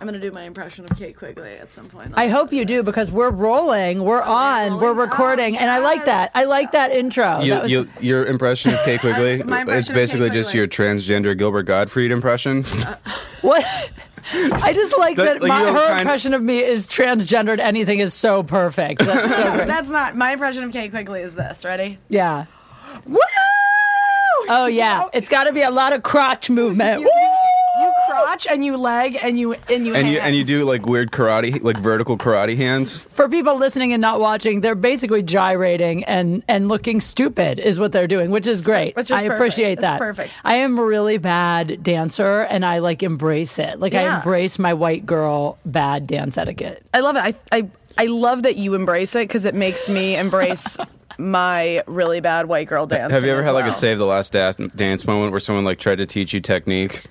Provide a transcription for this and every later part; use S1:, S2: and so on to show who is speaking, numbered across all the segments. S1: I'm gonna do my impression of Kate Quigley at some point.
S2: I hope you do because we're rolling, we're on,
S1: rolling.
S2: we're recording,
S1: Oh,
S2: and I like that.
S1: yes.
S2: I like that
S1: Oh,
S2: intro.
S3: You,
S2: that was,
S3: you, your impression of Kay Quigley,
S1: My impression
S3: it's
S1: of Kay
S3: basically just
S1: Quigley.
S3: your transgender Gilbert Gottfried impression.
S2: what? I just like
S3: That-
S2: that,
S3: like,
S2: my,
S3: you know,
S2: her
S3: kind-
S2: impression of me is transgendered. Anything is so perfect. That's so great.
S1: That's not my impression of Kate Quigley. Is this ready?
S2: yeah.
S1: Woo!
S2: Oh yeah. It's got to be a lot of crotch movement.
S1: You, you crotch and you leg and you and you
S3: and you and you
S1: hands.
S3: do like weird karate, like vertical karate hands.
S2: for people listening and not watching, they're basically gyrating and and looking stupid is what they're doing, which is great.
S1: Which is
S2: I
S1: perfect.
S2: appreciate
S1: It's
S2: that.
S1: perfect.
S2: I am a really bad dancer and I like embrace it. Like I
S1: Yeah.
S2: embrace my white girl bad dance etiquette.
S1: I love it. I I, I love that you embrace it because it makes me embrace my really bad white girl dance.
S3: Have you ever
S1: as
S3: had like a
S1: well.
S3: save the last dance, dance moment where someone like tried to teach you technique?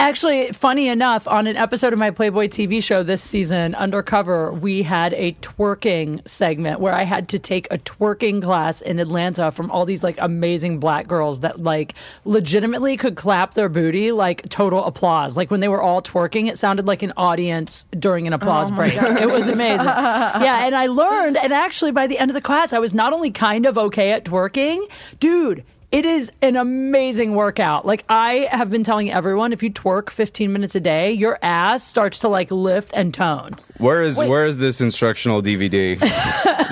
S2: Actually, funny enough, on an episode of my Playboy TV show this season, Undercover, we had a twerking segment where I had to take a twerking class in Atlanta from all these like amazing black girls that like legitimately could clap their booty like total applause. Like when they were all twerking, it sounded like an audience during an applause break. It was amazing. yeah, and I learned and actually by the end of the class, I was not only kind of okay at twerking, dude, it is an amazing workout. Like I have been telling everyone, if you twerk 15 minutes a day, your ass starts to like lift and tone.
S3: Where is
S1: Wait.
S3: where is this instructional DVD?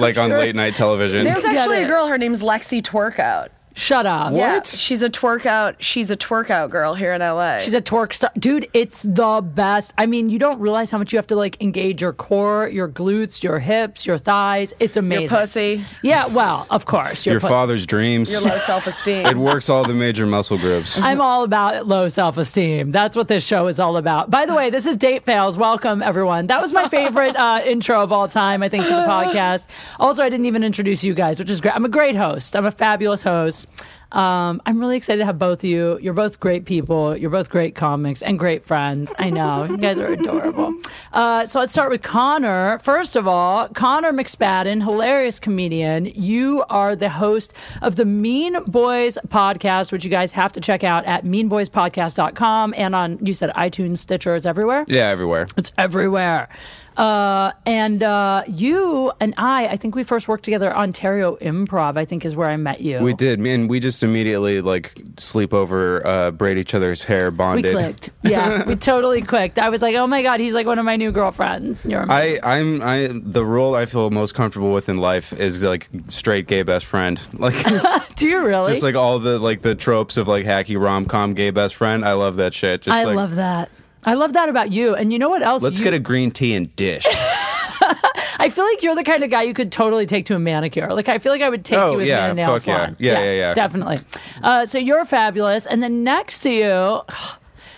S3: like on late night television.
S1: There's
S2: Get
S1: actually
S2: it.
S1: a girl. Her name's Lexi Twerkout.
S2: Shut up.
S1: Yeah,
S3: What?
S1: she's a twerkout. She's a twerkout girl here in LA.
S2: She's a twerk star. Dude, it's the best. I mean, you don't realize how much you have to like engage your core, your glutes, your hips, your thighs. It's amazing.
S1: pussy.
S2: Yeah, well, of course.
S3: your
S2: pussy.
S3: father's dreams.
S1: your low
S3: it
S1: self-esteem.
S3: works all the major muscle groups.
S2: I'm all about low self esteem. That's what this show is all about. By the way, this is Date Fails. Welcome, everyone. That was my favorite uh, intro of all time, I think, to the podcast. Also, I didn't even introduce you guys, which is great. I'm a great host, I'm a fabulous host. Um, I'm really excited to have both of you. You're both great people. You're both great comics and great friends. I know. You guys are adorable. Uh, so let's start with Connor. First of all, Connor McSpadden, hilarious comedian. You are the host of the Mean Boys podcast, which you guys have to check out at meanboyspodcast.com and on, you said iTunes, Stitcher, it's everywhere.
S3: yeah, everywhere.
S2: It's everywhere. Uh, and uh, you and I, I think we first worked together. Ontario Improv, I think, is where I met you.
S3: We did, man. We just immediately like sleep over, uh, braid each other's hair,
S2: We
S3: bonded.
S2: clicked. Yeah, we totally clicked. I was like, oh my God, he's like one of my new girlfriends. You're amazing.
S3: I, I'm, I. The role I feel most comfortable with in life is like straight gay best friend. Like,
S2: Do you really?
S3: just like all the like the tropes of like hacky rom com gay best friend. I love that shit. Just
S2: I
S3: like,
S2: love that. I love that about you. And you know what else?
S3: Let's
S2: you,
S3: get a green tea and dish.
S2: I feel like you're the kind of guy you could totally take to a manicure. Like I feel like I would take
S3: Oh,
S2: you with
S3: yeah,
S2: me to a nail
S3: fuck yeah.
S2: salon.
S3: Yeah, yeah, yeah.
S2: Definitely. Uh, so you're fabulous. And then next to you,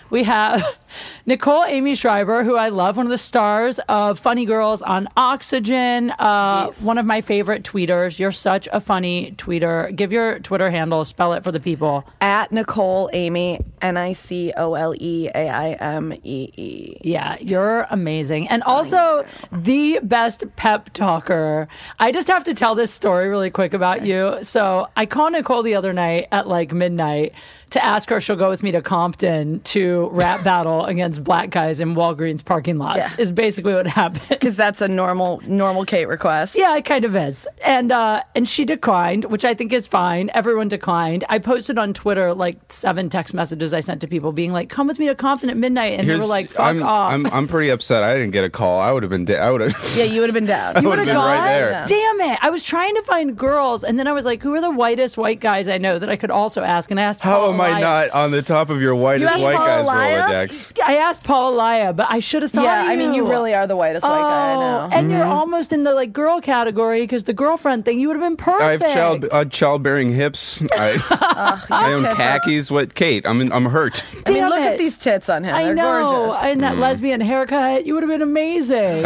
S2: we have Nicole Amy Schreiber, who I love, one of the stars of Funny Girls on Oxygen, uh, one of my favorite tweeters. You're such a funny tweeter. Give your Twitter handle, spell it for the people.
S1: At Nicole Amy, N I C O L E A I M E E.
S2: Yeah, you're amazing. And also the best pep talker. I just have to tell this story really quick about you. So I called Nicole the other night at like midnight to ask her if she'll go with me to Compton to rap battle against black guys in Walgreens parking lots,
S1: Yeah.
S2: is basically what happened.
S1: Because that's a normal, normal Kate request.
S2: Yeah, it kind of is. And uh, and she declined, which I think is fine. Everyone declined. I posted on Twitter like seven text messages I sent to people being like, "Come with me to Compton at midnight," and they were like, "Fuck
S3: I'm,
S2: off."
S3: I'm, I'm pretty upset. I didn't get a call. I would have been. Da- I would have.
S1: Yeah, you would have been down.
S2: You
S3: would've
S2: would've
S3: been right there.
S2: gone? Damn it. I was trying to find girls, and then I was like, who are the whitest white guys I know that I could also ask? And I asked
S3: How
S2: Paul
S3: am I
S2: Elia.
S3: not on the top of your whitest
S1: asked
S3: white
S1: Paul
S3: guys
S1: Elia?
S3: Rolodex?
S2: I asked Paul Elia, but I should have thought
S1: yeah,
S2: of
S1: I mean, you really are the whitest white guy I
S2: Oh,
S1: know.
S2: and
S3: Mm-hmm.
S2: you're almost in the like girl category because the girlfriend thing, you would have been perfect.
S3: I have child uh, childbearing hips. I, I own
S1: tits are-
S3: khakis. What, Kate? I'm in, I'm hurt.
S1: I mean,
S2: Damn
S1: look at
S2: it.
S1: these tits on him.
S2: I
S1: They're
S2: know.
S1: gorgeous.
S2: And
S3: Mm-hmm.
S2: that lesbian haircut, you would have been amazing.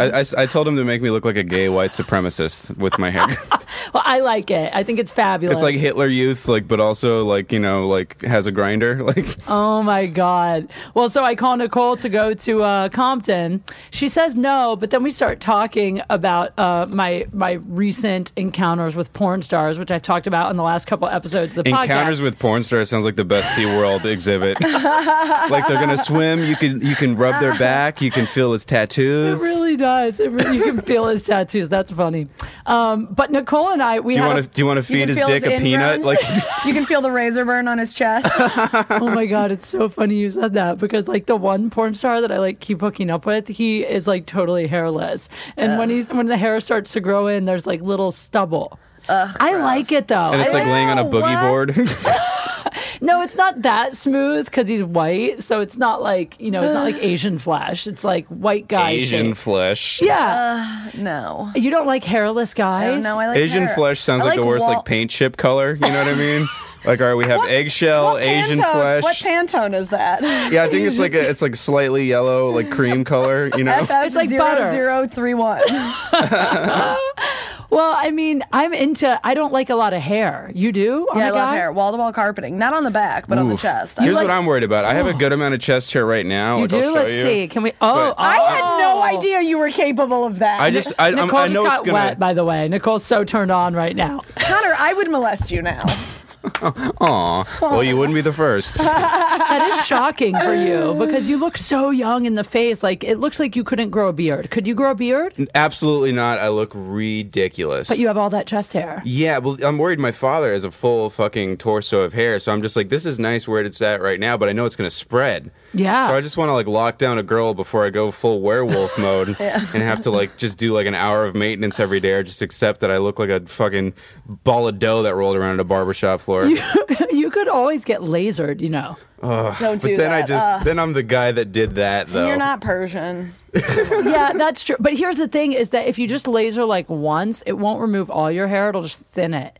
S3: I, I s- I told him to make me look like a gay white supremacist with my hair.
S2: Well, I like it. I think it's fabulous.
S3: It's like Hitler Youth, like, but also like you know, like has a grinder. Like,
S2: Oh my God. Well, so I call Nicole to go to uh, Compton. She says no, but then we start talking about uh, my my recent encounters with porn stars, which I've talked about in the last couple episodes of the
S3: encounters
S2: podcast.
S3: with porn stars sounds like the best Sea World exhibit. like they're gonna swim. You can you can rub their back. You can feel his tattoos.
S2: it really does. It really, you can feel his tattoos. That's funny. Um, but Nicole and I, we
S3: do you
S2: had
S3: want
S2: a-
S3: to do you want to feed
S1: can
S3: his
S1: feel
S3: dick
S1: his
S3: a peanut?
S1: ingrowns.
S3: Like,
S1: You can feel the razor burn on his chest.
S2: oh my god, it's so funny you said that because like the one porn star that I like keep hooking up with, he is like totally hairless, and when he's when the hair starts to grow in, there's like little stubble. I like it though.
S3: and it's
S2: I
S3: like laying on a boogie
S1: what?
S3: board.
S2: no, it's not that smooth because he's white, so it's not like you know, it's not like Asian flash. It's like white guy.
S3: Asian
S2: shape.
S3: flesh.
S2: yeah.
S1: No.
S2: you don't like hairless guys.
S1: Oh, No, I like
S3: Asian
S1: hair.
S3: flesh sounds
S1: I
S3: like, the worst
S1: wall-
S3: like paint chip color. You know what I mean? like, all right, we have eggshell,
S1: What
S3: Asian
S1: Pantone-
S3: flesh.
S1: What Pantone is that?
S3: yeah, I think it's like a, it's like slightly yellow, like cream color. You know,
S1: FF
S2: It's like butter.
S1: 0031.
S2: well, I mean, I'm into. I don't like a lot of hair. You do? on
S1: Yeah, I
S2: a
S1: love
S2: guy?
S1: hair. Wall to wall carpeting. Not on the back, but on the
S3: Oof.
S1: chest.
S3: Here's
S1: I,
S3: what I'm worried about. I have a good amount of chest hair right now.
S2: You
S3: like, I'll
S2: do?
S3: Oh, show
S2: Let's
S3: you.
S2: see. Can we? Oh,
S3: But- I
S1: I had no
S2: oh.
S1: idea you were capable of that.
S3: I just I, I'm,
S2: Nicole
S3: I
S2: just
S3: know
S2: got
S3: it's gonna.
S2: wet, by the way. Nicole's so turned on right now.
S1: Connor, I would molest you now.
S3: Aw, well, you wouldn't be the first.
S2: that is shocking for you because you look so young in the face. Like it looks like you couldn't grow a beard. Could you grow a beard?
S3: Absolutely not. I look ridiculous.
S2: But you have all that chest hair.
S3: Yeah, well, I'm worried my father has a full fucking torso of hair, so I'm just like, this is nice where it's at right now, but I know it's gonna spread.
S2: Yeah.
S3: So I just want to like lock down a girl before I go full werewolf mode and have to like just do like an hour of maintenance every day, or just accept that I look like a fucking ball of dough that rolled around at a barbershop floor.
S2: you could always get lasered. You know.
S1: Don't
S3: but
S1: do
S3: then
S1: that.
S3: I just
S1: Ugh.
S3: then I'm the guy that did that though.
S1: You're not Persian.
S2: yeah, that's true. But here's the thing: is that if you just laser like once, it won't remove all your hair. It'll just thin it.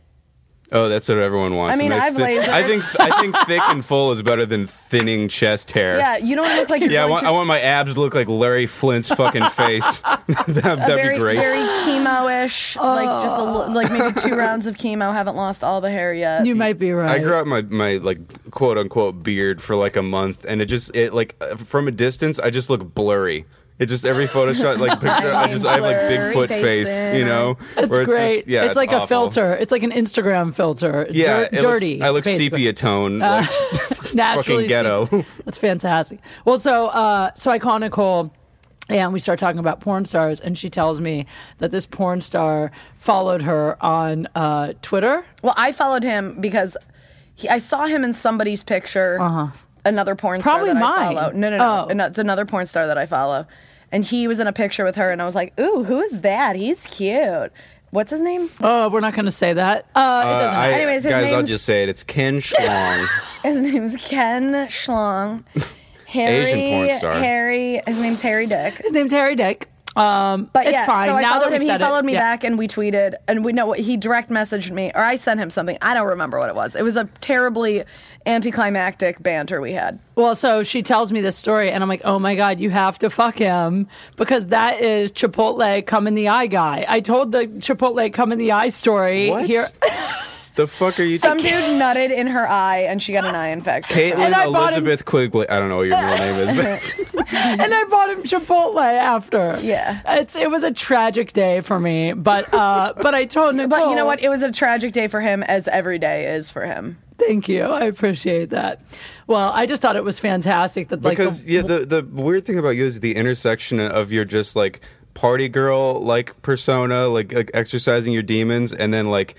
S3: Oh, that's what everyone wants.
S1: I mean,
S3: a nice
S1: I've
S3: thin-
S1: lasered.
S3: I think I think thick and full is better than thinning chest hair.
S1: Yeah, you don't look like you're
S3: Yeah, I
S1: going
S3: want,
S1: to
S3: I want my abs to look like Larry Flint's fucking face. that,
S1: a
S3: would
S1: very,
S3: be great.
S1: very chemo-ish, like just a, li- like maybe two rounds of chemo. Haven't lost all the hair yet.
S2: Oh. You might be right.
S3: I grew out my, my like quote unquote beard for like a month, and it just it like uh, from a distance I just look blurry. It just every Photoshop like picture I just I have like
S1: Blurry
S3: Bigfoot
S1: face
S3: face, you know.
S2: It's
S3: where
S2: great.
S3: just- yeah,
S2: it's, like a
S3: awful.
S2: filter. It's like an Instagram filter. Dirt-
S3: Yeah, it looks-
S2: dirty. Uh,
S3: I look
S2: basically.
S3: sepia tone. Like,
S2: naturally
S3: Fucking ghetto.
S2: seen. That's fantastic. Well, so uh, so I call Nicole. And we start talking about porn stars, and she tells me that this porn star followed her on uh, Twitter.
S1: Well, I followed him because he, I saw him in somebody's picture. Another porn
S2: Uh-huh. Probably
S1: star that
S2: mine.
S1: I follow. No, no, no.
S2: Oh.
S1: Ano- It's another porn star that I follow. And he was in a picture with her, and I was like, ooh, who is that? He's cute. What's his name?
S2: Oh, we're not going to say that. Uh, it doesn't
S3: I-
S2: matter.
S1: Anyways, his
S3: guys, I'll
S1: name's-
S3: just say it. It's Ken Schlong.
S1: His name's Ken Schlong. Harry,
S3: Asian porn star.
S1: Harry, his name's Harry Dick.
S2: His name's Harry Dick. Um,
S1: But
S2: it's
S1: yeah,
S2: fine.
S1: so I
S2: now
S1: followed
S2: that we
S1: him. He
S2: said it,
S1: followed me
S2: yeah.
S1: back, and we tweeted, and we know what he direct messaged me, or I sent him something. I don't remember what it was. It was a terribly anticlimactic banter we had.
S2: Well, so she tells me this story, and I'm like, oh my God, you have to fuck him because that is Chipotle come in the eye guy. I told the Chipotle come in the eye story
S3: what?
S2: here.
S3: the fuck are you?
S1: Some dude nutted in her eye, and she got an eye infection.
S2: And
S3: Caitlin
S2: I bought him-
S3: Elizabeth Quigley. I don't know what your real name is, but
S2: and I bought him Chipotle after.
S1: Yeah.
S2: it's it was a tragic day for me, but uh, but I told Nicole.
S1: But you know what? It was a tragic day for him, as every day is for him.
S2: Thank you, I appreciate that. Well, I just thought it was fantastic that like
S3: because
S2: the-
S3: yeah, the the weird thing about you is the intersection of your just like party girl like persona, like, like exercising your demons, and then like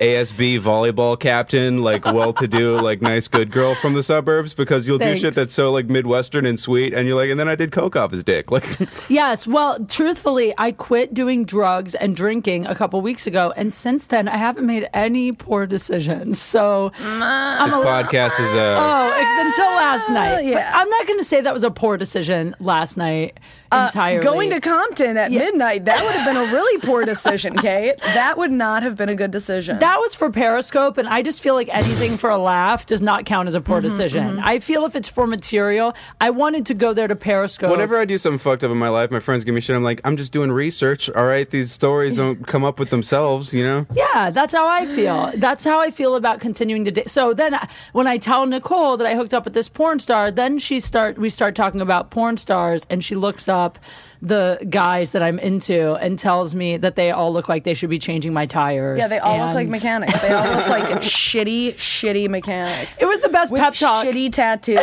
S3: ASB volleyball captain, like well to do, like nice good girl from the suburbs. Because you'll
S2: Thanks.
S3: do shit that's so like midwestern and sweet, and you're like, and then I did coke off his dick, like.
S2: yes. Well, truthfully, I quit doing drugs and drinking a couple weeks ago, and since then I haven't made any poor decisions. So
S1: Mm.
S3: This podcast is uh,
S2: Oh, ex- until last night. But
S1: Ah, yeah.
S2: I'm not going to say that was a poor decision last night entirely.
S1: Uh, Going to Compton at midnight, that would have been a really poor decision, Kate. That would not have been a good decision.
S2: That was for Periscope, and I just feel like anything for a laugh does not count as a
S1: Mm-hmm,
S2: poor decision. I feel if it's for material, I wanted to go there to Periscope.
S3: Whenever I do something fucked up in my life, my friends give me shit. I'm like, I'm just doing research. All right, these stories don't come up with themselves, you know.
S2: Yeah, that's how I feel. That's how I feel about continuing to date. So then, I- when I tell Nicole that I hooked up with this porn star, then she start we start talking about porn stars, and she looks up the guys that I'm into and tells me that they all look like they should be changing my tires.
S1: Yeah, they all look like
S2: and-
S1: mechanics. They all look like shitty, shitty mechanics.
S2: It was the best
S1: with
S2: pep talk.
S1: Shitty tattoos.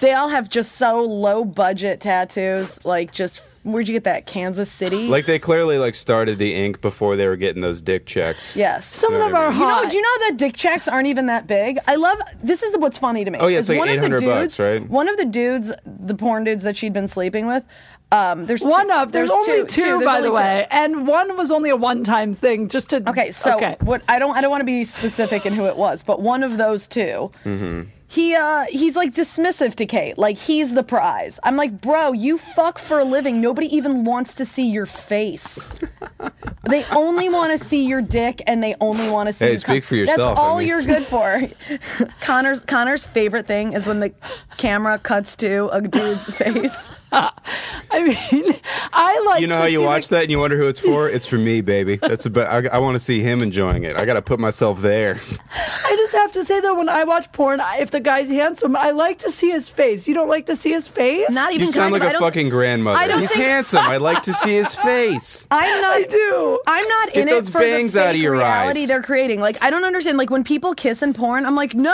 S1: they all have just so low budget tattoos. Like just where'd you get that? Kansas City.
S3: Like they clearly like started the ink before they were getting those dick checks.
S1: yes.
S2: Some of them are
S3: You know,
S2: hot.
S1: Oh, do you know that dick checks aren't even that big? I love this is the, what's funny to me.
S3: Oh, yeah, it's
S1: is
S3: like
S1: one of the
S3: 800 bucks,
S1: dudes-
S3: right?
S1: One of the dudes, the porn dudes that she'd been sleeping with. Um, there's
S2: one
S1: two-
S2: of there's, only two,
S1: there's
S2: by
S1: only
S2: the
S1: two.
S2: way, and one was only a one time thing. Just to
S1: Okay, so what I don't I don't want to be specific in who it was, but one of those 2
S3: Mm-hmm.
S1: He uh he's like dismissive to Kate, like he's the prize. I'm like, bro, you fuck for a living. Nobody even wants to see your face. they only want to see your dick, and they only want to see.
S3: Hey,
S1: you
S3: speak for yourself,
S1: That's
S3: I
S1: all
S3: mean.
S1: you're good for. Connor's Connor's favorite thing is when the camera cuts to a dude's face.
S2: I mean, I like
S3: You know
S2: to
S3: how you
S2: see the-
S3: watch that and you wonder who it's for? It's for me, baby. That's about. I, I want to see him enjoying it. I got to put myself there.
S2: I just have to say though, when I watch porn, I- if the guy's handsome, I like to see his face. You don't like to see his face?
S1: Not
S3: You
S1: even
S3: sound
S1: kind of,
S3: like
S1: I
S3: a
S1: don't-
S3: fucking grandmother.
S1: I don't
S3: He's
S1: think-
S3: handsome. I like to see his face.
S1: I'm not.
S2: I do.
S1: I'm not
S3: Get
S1: in
S3: those
S1: it for
S3: bangs
S1: the fake
S3: out of your
S1: reality
S3: eyes.
S1: they're creating. Like I don't understand. Like when people kiss in porn, I'm like, no.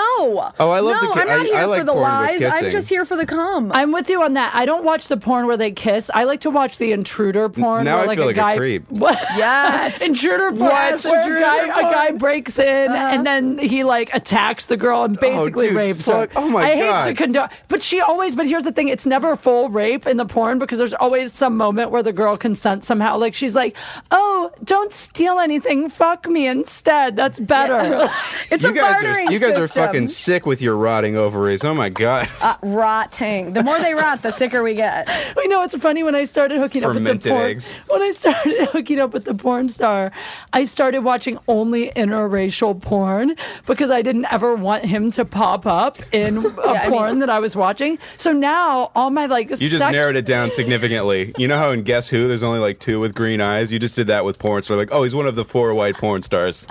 S1: Oh,
S3: I love
S1: no,
S3: the ki-
S1: I'm not
S3: I-
S1: here
S3: I like
S1: for the
S3: porn
S1: lies.
S3: with
S1: I'm
S3: kissing.
S1: just here for the cum.
S2: I'm with you on that. I don't watch the porn where they kiss. I like to watch the intruder porn.
S3: now
S2: where,
S3: I
S2: like
S3: feel
S2: a
S3: like a
S2: guy,
S3: creep.
S2: What?
S1: Yes.
S2: intruder porn.
S3: What?
S2: Where
S3: Intruder
S2: a guy, a
S3: porn. Uh-huh.
S2: guy breaks in and then he like attacks the girl and basically
S3: Oh, dude,
S2: rapes
S3: fuck.
S2: her.
S3: Oh, my
S2: I
S3: God.
S2: hate to condone, but she always. But here's the thing: it's never full rape in the porn because there's always some moment where the girl consents somehow. Like she's like, "Oh, don't steal anything. Fuck me instead. That's better."
S1: it's a
S3: you guys
S1: bartering
S3: are you guys are
S1: system.
S3: fucking sick with your rotting ovaries. Oh my god.
S1: Uh, rotting. The more they rot, the sicker we get.
S2: We know it's funny when I started hooking up with the
S3: Fermented
S2: porn.
S3: eggs.
S2: When I started hooking up with the porn star, I started watching only interracial porn because I didn't ever want him to pop up in a
S1: I mean-
S2: porn that I was watching. So now all my like
S3: You just narrowed it down significantly. You know how in Guess Who there's only like two with green eyes? You just did that with porn star. Like, oh, he's one of the four white porn stars.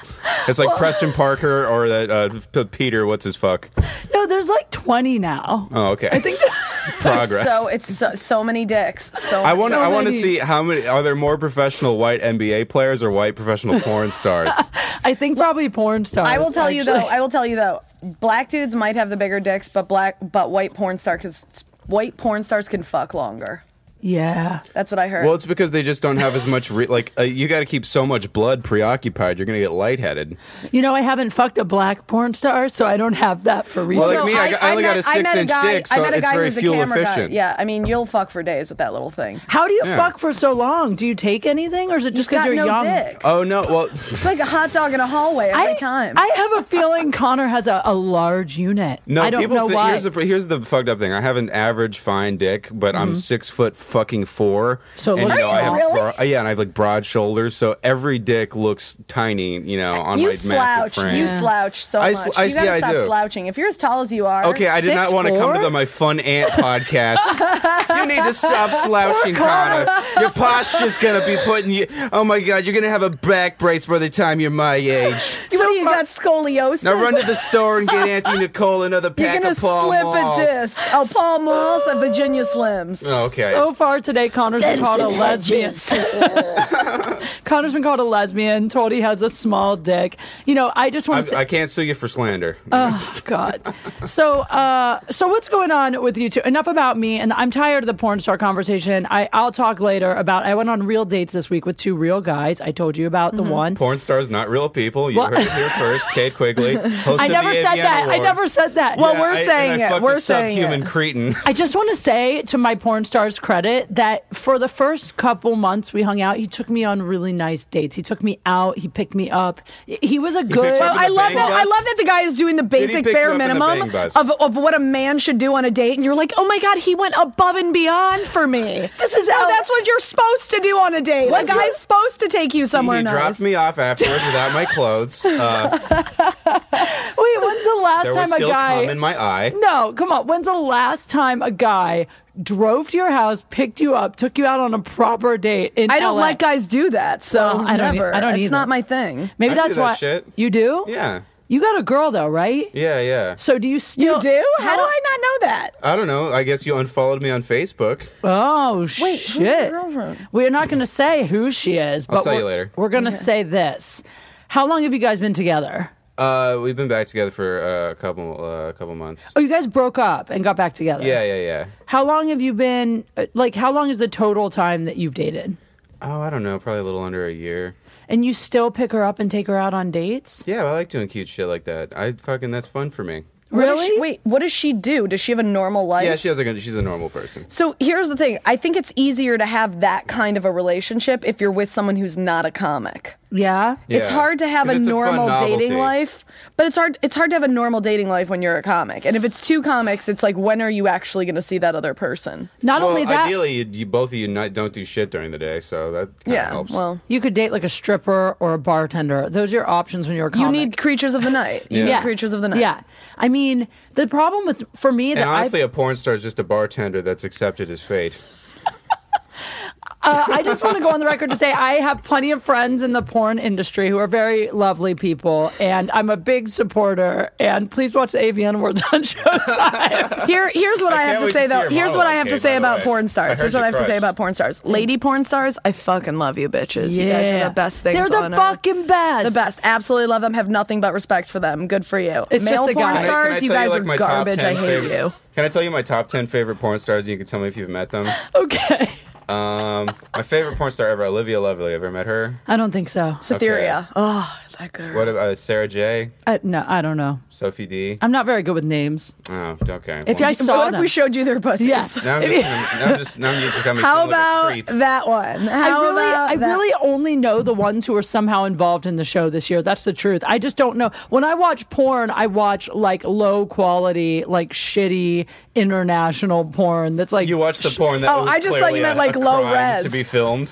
S3: It's like Preston Parker or that uh, P- Peter, what's his fuck?
S2: No, there's like 20 now.
S3: Oh, okay. I think progress.
S1: So it's so, so many dicks. So
S3: I want.
S1: so
S3: I want to
S1: many-
S3: see how many. Are there more professional white NBA players or white professional porn stars?
S2: I think probably porn stars.
S1: I will tell you though.
S2: actually.
S1: I will tell you though. Black dudes might have the bigger dicks, but black but white porn star cause white porn stars can fuck longer.
S2: yeah.
S1: That's what I heard.
S3: well, it's because they just don't have as much. Re- like, uh, you got to keep so much blood preoccupied. You're gonna get lightheaded.
S2: You know, I haven't fucked a black porn star, so I don't have that for research.
S3: like me, I got- I only got a
S1: met- met
S3: six-inch
S1: guy-
S3: dick,
S1: I
S3: so
S1: met a
S3: it's
S1: guy
S3: very
S1: who's a
S3: fuel
S1: camera guy.
S3: efficient.
S1: Yeah, I mean, you'll fuck for days with that little thing.
S2: How do you
S3: Yeah.
S2: fuck for so long? Do you take anything, or is it just because
S1: got
S2: you're
S1: no
S2: young?
S1: dick.
S3: Oh no! Well,
S1: It's like a hot dog in a hallway every
S2: I,
S1: time.
S2: I have a feeling Connor has a, a large unit.
S3: No,
S2: I don't
S3: people
S2: know
S3: thi-
S2: why.
S3: Here's the, here's the fucked up thing. I have an average fine dick, but I'm six foot fucking four.
S2: Mm-hmm. So it
S3: and,
S2: looks
S3: you know, I have
S1: small.
S3: bro- yeah, and I have like broad shoulders, so every dick looks tiny. You know, on
S1: you
S3: my massive
S1: slouch.
S3: frame.
S1: You slouch so
S3: I
S1: much.
S3: sl- I-
S1: you gotta
S3: yeah, I
S1: stop
S3: do.
S1: slouching. If you're as tall as you are,
S3: Okay, I did not want to come to
S2: 6'4"?
S3: the my fun aunt podcast. you need to stop slouching, Connor. Your posture's gonna be putting you. Oh my god, you're gonna have a back brace by the time you're my age.
S1: You, what do you got scoliosis?
S3: Now run to the store and get Anthony Nicole another
S1: You're
S3: pack
S1: gonna
S3: of Paul
S1: slip
S3: Malls.
S1: a disc. Oh, Paul Malls and Virginia Slims.
S3: Oh, okay.
S2: so far today, Connor's been called a lesbian. Connor's been called a lesbian. Told he has a small dick. You know, I just want to say,
S3: I, I can't sue you for slander.
S2: oh God. So, uh, so what's going on with you two? Enough about me, and I'm tired of the porn star conversation. I, I'll talk later about. I went on real dates this week with two real guys. I told you about
S3: Mm-hmm.
S2: the one.
S3: Porn stars not real people. You
S2: Well-
S3: heard it here first. Kate Quigley. Host
S2: I
S3: of
S2: never
S3: the
S2: said
S3: AVN
S2: that. I
S3: Awards.
S2: never said that.
S1: Well,
S3: Yeah,
S1: we're
S3: I- and
S1: saying
S3: I
S1: it.
S3: fucked a
S1: We're saying
S3: subhuman
S1: it.
S3: cretin.
S2: I just want to say to my porn star's credit that for the first couple months we hung out, he took me on really nice dates. He took me out. He picked me up. He was a
S3: picked
S2: good.
S3: you up in
S1: I
S3: the
S1: love
S3: bang
S1: that. I
S3: bus?
S1: love that the guy is doing the
S3: he
S1: basic
S3: pick you
S1: bare
S3: up in the
S1: minimum
S3: bang bus?
S1: of, of what a man should do on a date, and you're like, oh my god, he went above and beyond for me.
S2: This is
S1: no,
S2: how-
S1: that's what you're supposed to do on a date. A
S2: What's
S1: guy's
S2: your-
S1: supposed to take you somewhere
S3: he
S1: nice.
S3: dropped me off afterwards without my clothes. Uh, yeah.
S2: Wait, when's the last
S3: There was
S2: time a
S3: still
S2: guy?
S3: cum in my eye.
S2: No, come on. When's the last time a guy drove to your house, picked you up, took you out on a proper date? In
S1: I don't
S2: LA?
S1: like guys do that, so
S2: Well, I don't e-
S1: never.
S2: I don't
S1: it's
S2: either.
S1: not my thing.
S2: Maybe
S3: I do
S2: that's
S3: that
S2: why
S3: shit.
S2: you do.
S3: Yeah.
S2: You got a girl though, right?
S3: Yeah, yeah.
S2: So do you still
S1: You do? How do I not know that?
S3: I don't know. I guess you unfollowed me on Facebook.
S2: Oh
S1: Wait, who's your
S2: shit!
S1: girlfriend?
S2: We're not going to say who she is, but
S3: tell you
S2: we're-
S3: later.
S2: We're going to say this. How long have you guys been together?
S3: Uh, we've been back together for uh, a couple uh, a couple months.
S2: Oh, you guys broke up and got back together.
S3: Yeah, yeah, yeah.
S2: How long have you been? uh, Like, how long is the total time that you've dated?
S3: Oh, I don't know. Probably a little under a year.
S2: And you still pick her up and take her out on dates?
S3: Yeah, I like doing cute shit like that. I fucking that's fun for me.
S1: What does
S2: Really?
S1: she- wait, what does she do? Does she have a normal life?
S3: Yeah, she has like a, she's a normal person.
S1: so here's the thing. I think it's easier to have that kind of a relationship if you're with someone who's not a comic.
S2: Yeah.
S1: It's
S3: Yeah.
S1: hard to have a
S3: It's a fun
S1: normal dating
S3: novelty.
S1: life, but it's hard it's hard to have a normal dating life when you're a comic. And if it's two comics, it's like when are you actually going to see that other person?
S2: Not
S3: well,
S2: only that,
S3: ideally, you, you both of you not, don't do shit during the day, so that kinda
S1: yeah.
S3: helps.
S1: Well,
S2: you could date like a stripper or a bartender. Those are your options when you're a comic.
S1: you need creatures of the night. You
S3: Yeah.
S1: need creatures of the night.
S2: Yeah. I mean, the problem with for me that
S3: and honestly,
S2: I
S3: a porn star is just a bartender that's accepted his fate.
S2: uh, I just want to go on the record to say I have plenty of friends in the porn industry who are very lovely people, and I'm a big supporter. And please watch the AVN Awards on Showtime.
S1: Here, here's what I,
S3: can't
S1: have to
S3: wait
S1: say
S3: to see
S1: though.
S3: your
S1: Here's what I
S3: monologue,
S1: have to
S3: Kate, by
S1: say
S3: the
S1: about
S3: way.
S1: porn
S3: I
S1: stars.
S3: heard
S1: Here's what
S3: you
S1: I have to say
S3: crushed.
S1: about porn stars. Lady porn stars, I fucking love you bitches. You guys are
S2: Yeah.
S1: the best things
S2: They're the
S1: on earth.
S2: fucking best.
S1: The best. Absolutely love them. Have nothing but respect for them. Good for you.
S2: It's
S1: Male
S2: just the
S1: porn
S2: guys.
S1: stars,
S3: Can I- can I
S1: you
S3: tell
S1: guys
S3: like, my
S1: are
S3: top
S1: garbage. I
S3: 10
S1: hate
S3: favorite-
S1: you.
S3: Can I tell you my top ten favorite porn stars, and you can tell me if you've met them?
S2: Okay.
S3: Um, my favorite porn star ever, Olivia Lovely. Ever met her?
S2: I don't think so.
S1: Cytheria. Oh, that girl.
S3: What about Sarah J,
S2: I, no, I don't know.
S3: Sophie D?
S2: I'm not very good with names.
S3: Oh, okay.
S2: If
S3: well,
S2: I saw
S1: what if
S2: them.
S1: we showed you their pussies?
S2: Yeah.
S3: now I'm just, now I'm just, now I'm just becoming
S1: How
S3: feeling like a
S1: about
S3: creep.
S1: that one? How
S2: I really,
S1: about
S2: I
S1: that-
S2: really only know the ones who are somehow involved in the show this year. That's the truth. I just don't know. When I watch porn, I watch like low quality, like shitty international porn. That's like
S3: You watched the porn that
S1: Oh,
S3: was
S1: I just thought you
S3: clearly
S1: meant,
S3: a-
S1: like,
S3: a
S1: low
S3: crime
S1: res.
S3: to be filmed.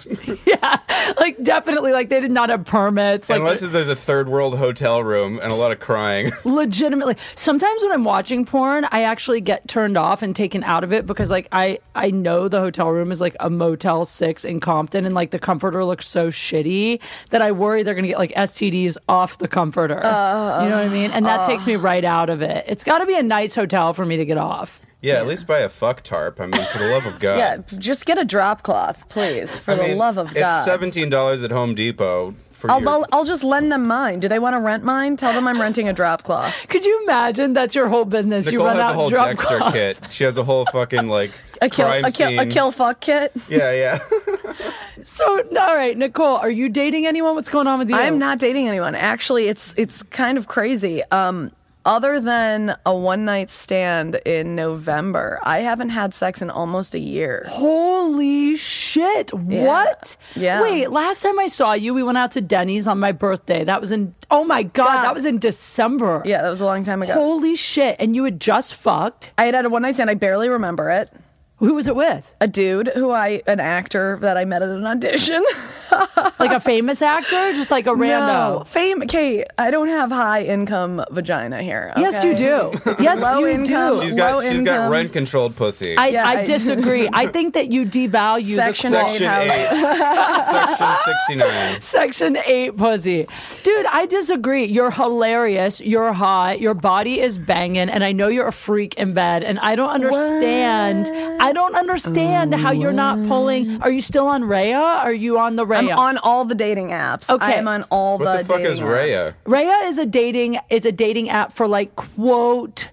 S2: like definitely like they did not have permits. Like
S3: Unless there's a third world hotel room and a lot of crying.
S2: legitimately sometimes when i'm watching porn i actually get turned off and taken out of it because like i i know the hotel room is like a motel six in compton and like the comforter looks so shitty that i worry they're gonna get like stds off the comforter you know what i mean and that takes me right out of it it's gotta be a nice hotel for me to get off
S3: Yeah, at least by a fuck tarp. I mean, for the love of God.
S1: Yeah, just get a drop cloth, please, for
S3: I
S1: the
S3: mean,
S1: love of God.
S3: It's seventeen dollars at Home Depot for
S1: I'll,
S3: your-
S1: I'll, I'll just lend them mine. Do they want to rent mine? Tell them I'm renting a drop cloth.
S2: could you imagine that's your whole business
S3: Nicole
S2: you run
S3: has
S2: out
S3: a whole
S2: drop
S3: Dexter
S2: cloth.
S3: kit. She has a whole fucking like
S1: A kill,
S3: crime
S1: a kill, a
S3: scene.
S1: kill fuck kit.
S3: Yeah, yeah.
S2: so all right nicole are you dating anyone what's going on with you
S1: I'm not dating anyone. Actually, it's it's kind of crazy. Um, other than a one night stand in November, I haven't had sex in almost a year.
S2: Holy shit. What?
S1: Yeah.
S2: Wait, last time I saw you, we went out to Denny's on my birthday. That was in, oh my God,
S1: God.
S2: that was in December.
S1: Yeah, that was a long time ago.
S2: Holy shit. And you had just fucked.
S1: I had had a one night stand. I barely remember it.
S2: Who was it with?
S1: A dude who I, an actor that I met at an audition.
S2: Like a famous actor? Just like a rando?
S1: No, fame, Kate. I don't have high income vagina here.
S2: Yes, you
S1: okay?
S2: do. yes,
S1: low
S2: you
S1: income.
S2: do.
S3: She's got
S1: Low
S3: she's got
S1: income.
S3: rent controlled pussy.
S2: I,
S1: Yeah,
S2: I,
S1: I-
S2: disagree. I think that you devalue
S1: Section
S2: the qual-
S1: eight.
S3: Section
S1: House.
S3: eight. Section sixty nine.
S2: Section 8 pussy. Dude, I disagree. You're hilarious. You're hot. Your body is banging. And I know you're a freak in bed. And I don't understand. I don't understand
S1: Oh,
S2: how you're not pulling. Are you still on Raya? Are you on the
S1: I'm
S2: Raya?
S1: on all the dating apps.
S2: Okay.
S1: I'm on all
S3: What the, fuck
S1: dating
S3: is Raya?
S1: apps.
S2: Raya is a dating is a dating app for like quote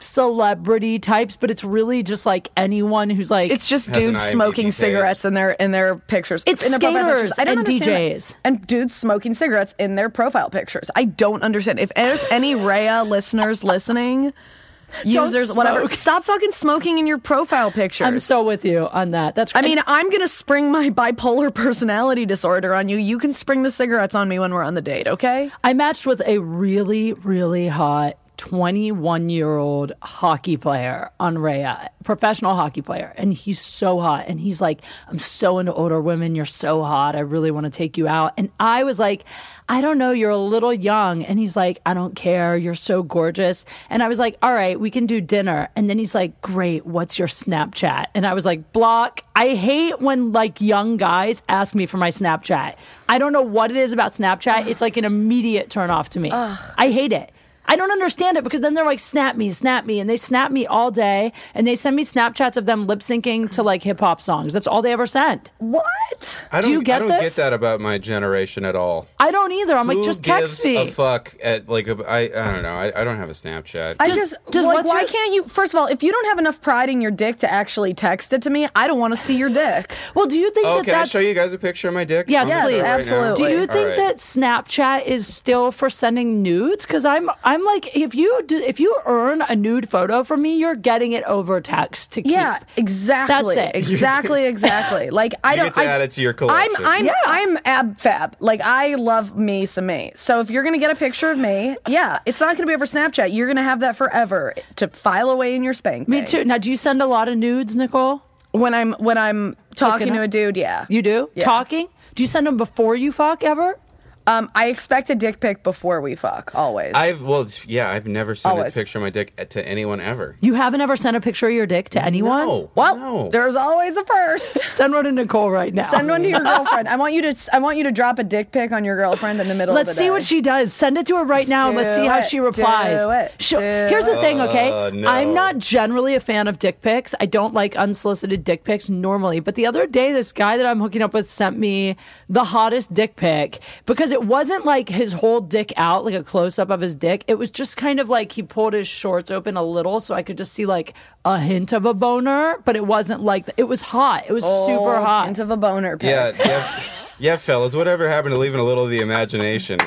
S2: celebrity types, but it's really just like anyone who's like
S1: It's just
S3: Has an
S1: dudes
S3: IMDb
S1: smoking
S3: page.
S1: cigarettes in their in their pictures.
S2: It's
S1: Inappropriate
S2: skaters and
S1: understand that.
S2: DJs.
S1: and dudes smoking cigarettes in their profile pictures. I don't understand. If there's any Raya listeners listening, users, whatever,
S2: smoke.
S1: stop fucking smoking in your profile pictures.
S2: I'm so with you on that. That's
S1: I mean, I'm gonna spring my bipolar personality disorder on you. You can spring the cigarettes on me when we're on the date, okay?
S2: I matched with a really, really hot 21 year old hockey player on Raya, professional hockey player. And he's so hot. And he's like, I'm so into older women. You're so hot. I really want to take you out. And I was like, I don't know. You're a little young. And he's like, I don't care. You're so gorgeous. And I was like, all right, we can do dinner. And then he's like, great. What's your Snapchat? And I was like, block. I hate when like young guys ask me for my Snapchat. I don't know what it is about Snapchat. It's like an immediate turn off to me. I hate it. I don't understand it because then they're like, snap me, snap me. And they snap me all day and they send me Snapchats of them lip syncing to like hip hop songs. That's all they ever send.
S1: What?
S3: I
S2: Do
S3: don't,
S2: you get
S3: I don't
S2: this?
S3: get that about my generation at all.
S2: I don't either. I'm like,
S3: Who
S2: just text
S3: gives
S2: me.
S3: A fuck at like a, I, I don't know. I, I don't have a Snapchat.
S1: I
S2: Just-
S1: just,
S2: just
S1: like
S2: what's
S1: why
S2: your-
S1: can't you? First of all, if you don't have enough pride in your dick to actually text it to me, I don't want to see your dick.
S2: well, do you think
S3: oh,
S2: that
S3: can I
S2: that's.
S3: show you guys a picture of my dick?
S2: Yes,
S3: I'm gonna
S2: please.
S3: show it right
S1: Absolutely.
S2: do
S3: now.
S2: you
S1: All
S2: think
S3: right.
S2: that Snapchat is still for sending nudes? Because I'm, I'm like, if you do, if you earn a nude photo from me, you're getting it over text to keep.
S1: Yeah, exactly.
S2: That's it.
S1: Exactly, exactly. Like I
S3: You
S1: don't.
S3: get to
S1: I,
S3: add it to your
S1: I'm,
S3: collection.
S1: I'm, I'm ab fab. Like I love me some me. So if you're gonna get a picture of me, yeah, it's not gonna be over Snapchat. You're gonna have that forever to file away in your spank.
S2: Me
S1: bank.
S2: too. Now, do you send a lot of nudes, Nicole?
S1: When I'm when I'm talking
S2: Hooking
S1: to
S2: up?
S1: a dude, yeah.
S2: You do?
S1: Yeah.
S2: Talking? Do you send them before you fuck ever?
S1: Um, I expect a dick pic before we fuck. Always.
S3: I've well, yeah, I've never sent
S1: Always.
S3: a picture of my dick to anyone ever.
S2: Oh, You haven't ever sent a picture of your dick to anyone?
S3: No.
S1: well,
S3: no.
S1: there's always a first.
S2: Send one to Nicole right now.
S1: Send one to your girlfriend. I want you to. I want you to drop a dick pic on your girlfriend in the middle.
S2: Let's
S1: of the
S2: see
S1: day.
S2: what she does. Send it to her right now and let's
S1: Do
S2: see how
S1: it.
S2: she
S1: Do
S2: replies.
S1: it.
S2: She'll-
S1: Do
S2: Here's the thing, okay?
S3: Uh, no.
S2: I'm not generally a fan of dick pics. I don't like unsolicited dick pics normally. But the other day, this guy that I'm hooking up with sent me the hottest dick pic because it wasn't like his whole dick out, like a close up of his dick. It was just kind of like he pulled his shorts open a little so I could just see like a hint of a boner, but it wasn't like it was hot. It was super
S1: Old
S2: hot.
S1: hint of a boner pic.
S3: yeah, yeah, yeah, fellas. Whatever happened to leaving a little of the imagination?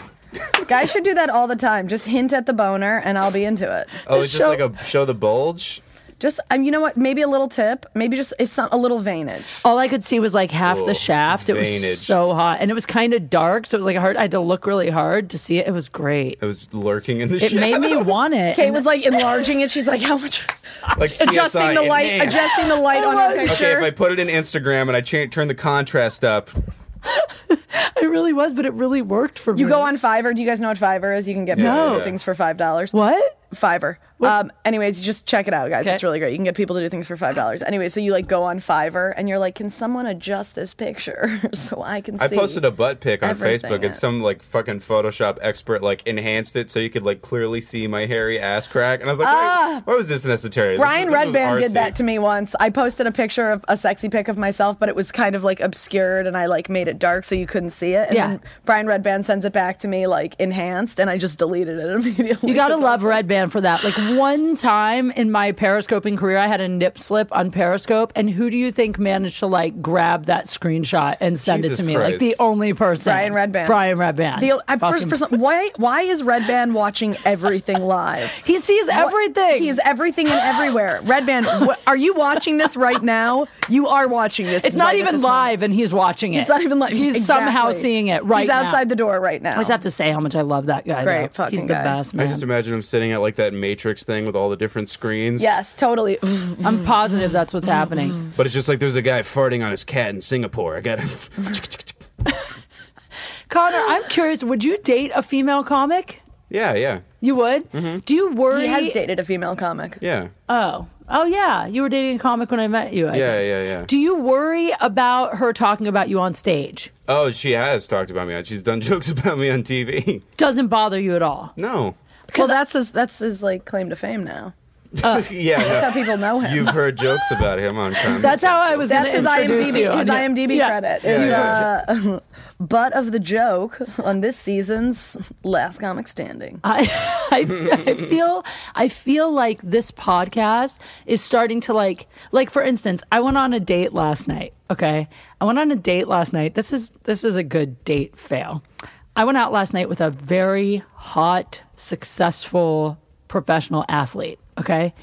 S1: Guys should do that all the time. Just hint at the boner, and I'll be into it.
S3: Oh, it's
S2: show-
S3: just like a show the bulge.
S1: Just, um, you know what? Maybe a little tip. Maybe just it's some, a little veinage.
S2: All I could see was like half the
S3: Whoa,
S2: shaft. It was
S3: veinage.
S2: so hot, and it was kind of dark, so it was like hard. I had to look really hard to see it. It was great.
S3: It was lurking in the.
S2: It made me want it.
S1: Kate
S2: And
S1: was like enlarging it. She's like, how much?
S3: like
S1: adjusting
S3: CSI
S1: the light.
S3: enhanced.
S1: Adjusting the light on her picture.
S3: Okay, if I put it in Instagram and I cha- turn the contrast up,
S2: it really was, but it really worked for me.
S1: you go on Fiverr. Do you guys know what Fiverr is? You can get people to do
S3: No.
S1: things for five dollars.
S2: what?
S1: Fiverr. Um, anyways, just check it out, guys.
S2: Okay.
S1: It's really great. You can get people to do things for five dollars. Anyway, so you like go on Fiverr and you're like, can someone adjust this picture so I can
S3: I
S1: see?
S3: posted a butt pic on
S1: everything
S3: Facebook,
S1: up.
S3: and some like fucking Photoshop expert like enhanced it so you could like clearly see my hairy ass crack. And I was like, why, why was this necessary? This-
S1: Ah. Brian
S3: this was
S1: Redband did
S3: artsy.
S1: that to me once. I posted a picture of a sexy pic of myself, but it was kind of like obscured and I like made it dark so you couldn't see it. And
S2: Yeah.
S1: then Brian Redband sends it back to me like enhanced and I just deleted it immediately.
S2: You gotta
S1: 'cause I
S2: love
S1: was like,
S2: Red Band for that. Like one time in my periscoping career, I had a nip slip on Periscope, and who do you think managed to like grab that screenshot and send
S3: Jesus
S2: it to me? Like
S3: Christ.
S2: the only person,
S1: Brian Redband.
S2: Brian Redband.
S1: The, I,
S2: Fucking-
S1: first, for some, why, why is Redband watching everything live?
S2: he sees everything.
S1: He is everything and everywhere. Red Band, wh- are you watching this right now? You are watching this.
S2: It's not
S1: right at
S2: even
S1: this moment.
S2: live, and he's watching it.
S1: It's not even live.
S2: He's somehow
S1: Exactly.
S2: seeing it right
S1: He's
S2: now.
S1: outside the door right now.
S2: I just have to say how much I love that guy.
S1: Great
S2: though.
S1: fucking
S2: he's the
S1: guy.
S2: best
S3: I
S2: man.
S3: just imagine him sitting at like that Matrix thing with all the different screens.
S1: yes, totally.
S2: I'm positive that's what's
S1: Mm-hmm.
S2: happening.
S3: But it's just like there's a guy farting on his cat in Singapore. I got him.
S2: Connor, I'm curious. Would you date a female comic?
S3: yeah, yeah,
S2: You would.
S3: Mm-hmm.
S2: Do you worry?
S1: he has dated a female comic.
S3: yeah.
S2: Oh, oh yeah. You were dating a comic when I met you. I
S3: Yeah,
S2: think.
S3: yeah, yeah.
S2: Do you worry about her talking about you on stage?
S3: Oh, she has talked about me. on- She's done jokes about me on TV.
S2: Doesn't bother you at all.
S3: No.
S1: Well, that's his. That's his like claim to fame now.
S2: Uh,
S1: That's
S3: yeah, yeah.
S1: how people know him.
S3: You've heard jokes about him on time.
S2: That's how I was.
S1: that's
S2: gonna
S1: his
S2: introduce you
S1: IMDb.
S2: on
S1: His
S2: it.
S1: IMDb
S2: Yeah.
S1: credit
S3: Yeah,
S1: is
S3: yeah.
S1: uh, butt of the joke on this season's Last Comic Standing.
S2: I, I, I feel I feel like this podcast is starting to like like for instance, I went on a date last night. Okay, I went on a date last night. This is this is a good date fail. I went out last night with a very hot, successful professional athlete. Okay.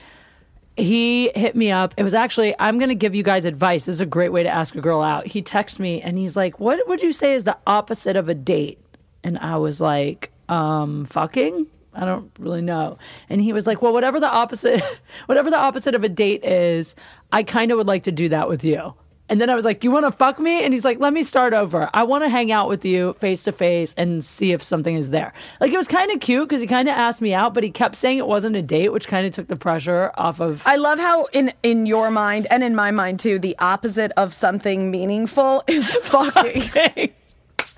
S2: He hit me up. It was actually, I'm going to give you guys advice. This is a great way to ask a girl out. He texted me and he's like, What would you say is the opposite of a date? And I was like, um, fucking. I don't really know. And he was like, well, whatever the opposite, whatever the opposite of a date is, I kind of would like to do that with you. And then I was like, you want to fuck me? And he's like, let me start over. I want to hang out with you face to face and see if something is there. Like it was kind of cute because he kind of asked me out, but he kept saying it wasn't a date, which kind of took the pressure off of.
S1: I love how in in your mind and in my mind too, the opposite of something meaningful is fucking.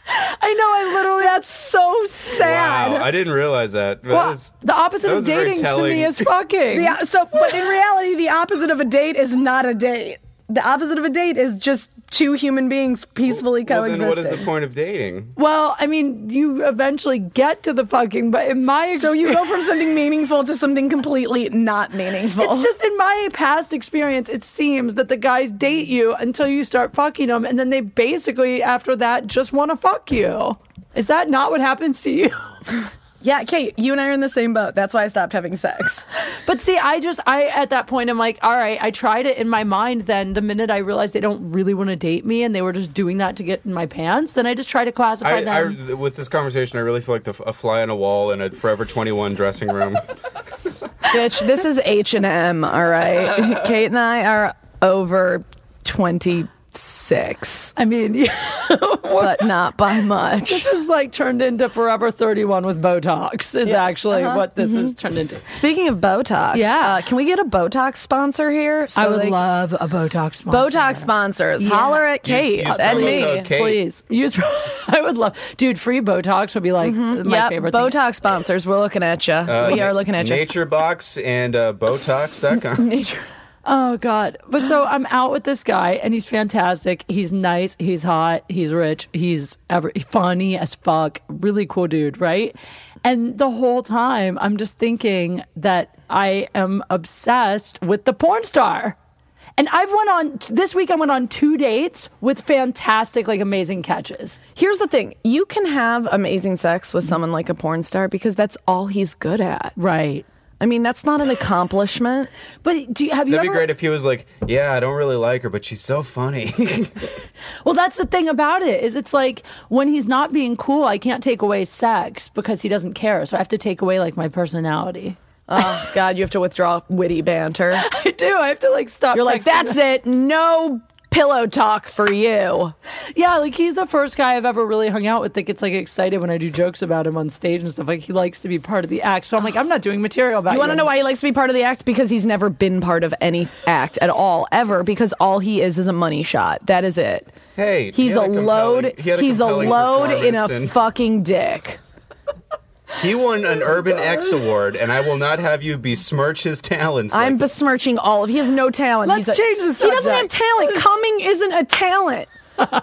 S2: I know. I literally.
S1: That's so sad.
S3: Wow, I didn't realize that. That
S2: Well,
S3: is-
S2: the opposite
S3: that
S2: of
S3: was very
S2: dating to
S3: telling.
S2: me is fucking.
S1: Yeah. So, but in reality, the opposite of a date is not a date. The opposite of a date is just two human beings peacefully
S3: Well, then
S1: coexisting.
S3: what is the point of dating?
S2: Well, I mean, you eventually get to the fucking, but in my
S1: So you
S2: experience-
S1: go from something meaningful to something completely not meaningful.
S2: It's just in my past experience, it seems that the guys date you until you start fucking them, and then they basically, after that, just want to fuck you. Is that not what happens to you?
S1: yeah, Kate, you and I are in the same boat. That's why I stopped having sex.
S2: But see, I just, I, at that point, I'm like, all right, I tried it in my mind. Then the minute I realized they don't really want to date me and they were just doing that to get in my pants, then I just try to classify
S3: I,
S2: them.
S3: I, with this conversation, I really feel like the, a fly on a wall in a Forever 21 dressing room.
S1: Bitch, this is H and M. All right, Kate and I are over twenty six,
S2: I mean,
S1: but not by much.
S2: this is like turned into Forever 31 with Botox, is actually what this is turned into.
S1: Speaking of Botox,
S2: Yeah.
S1: uh, can we get a Botox sponsor here? So
S2: I would
S1: they-
S2: love a Botox sponsor.
S1: Botox sponsors. Holler at Kate
S3: use
S1: and
S3: promo
S1: me.
S3: code Kate.
S2: Please use. I would love, dude. Free Botox would be like my
S1: Yep,
S2: favorite. thing.
S1: Botox sponsors. We're looking at you.
S2: Uh,
S1: we are looking at you.
S3: Uh, Nature Box and uh, Botox.com.
S1: Nature.
S2: Oh God! But so I'm out with this guy, and he's fantastic. He's nice. He's hot. He's rich. He's ever funny as fuck. Really cool dude, right? And the whole time, I'm just thinking that I am obsessed with the porn star. And I've went on this week. I went on two dates with fantastic, like amazing catches.
S1: Here's the thing: you can have amazing sex with someone like a porn star because that's all he's good at.
S2: Right.
S1: I mean, that's not an accomplishment.
S2: But do you, have you
S3: That'd be
S2: ever?
S3: great if he was like, yeah, I don't really like her, but she's so funny.
S2: Well, that's the thing about it is it's like when he's not being cool, I can't take away sex because he doesn't care. So I have to take away like my personality.
S1: Oh God, you have to withdraw witty banter.
S2: I do. I have to like stop.
S1: You're like,
S2: texting
S1: that's it. No pillow talk for you.
S2: him. yeah. Like he's the first guy I've ever really hung out with that gets like excited when I do jokes about him on stage and stuff. Like he likes to be part of the act. So I'm like, I'm not doing material about you.
S1: You want to know why he likes to be part of the act? Because he's never been part of any act at all, ever. Because all he is is a money shot. That is it.
S3: Hey, he
S1: he's
S3: had
S1: a,
S3: a compelling-
S1: load.
S3: he had a
S1: he's a
S3: compelling
S1: load in a
S3: performance and-
S1: fucking dick.
S3: he won an Urban X Award, and I will not have you besmirch his talents.
S1: I'm
S3: like that.
S1: besmirching all of. He has no talent.
S2: Let's
S1: He's a-
S2: change this
S1: He doesn't have
S2: subject.
S1: talent. Coming isn't a talent.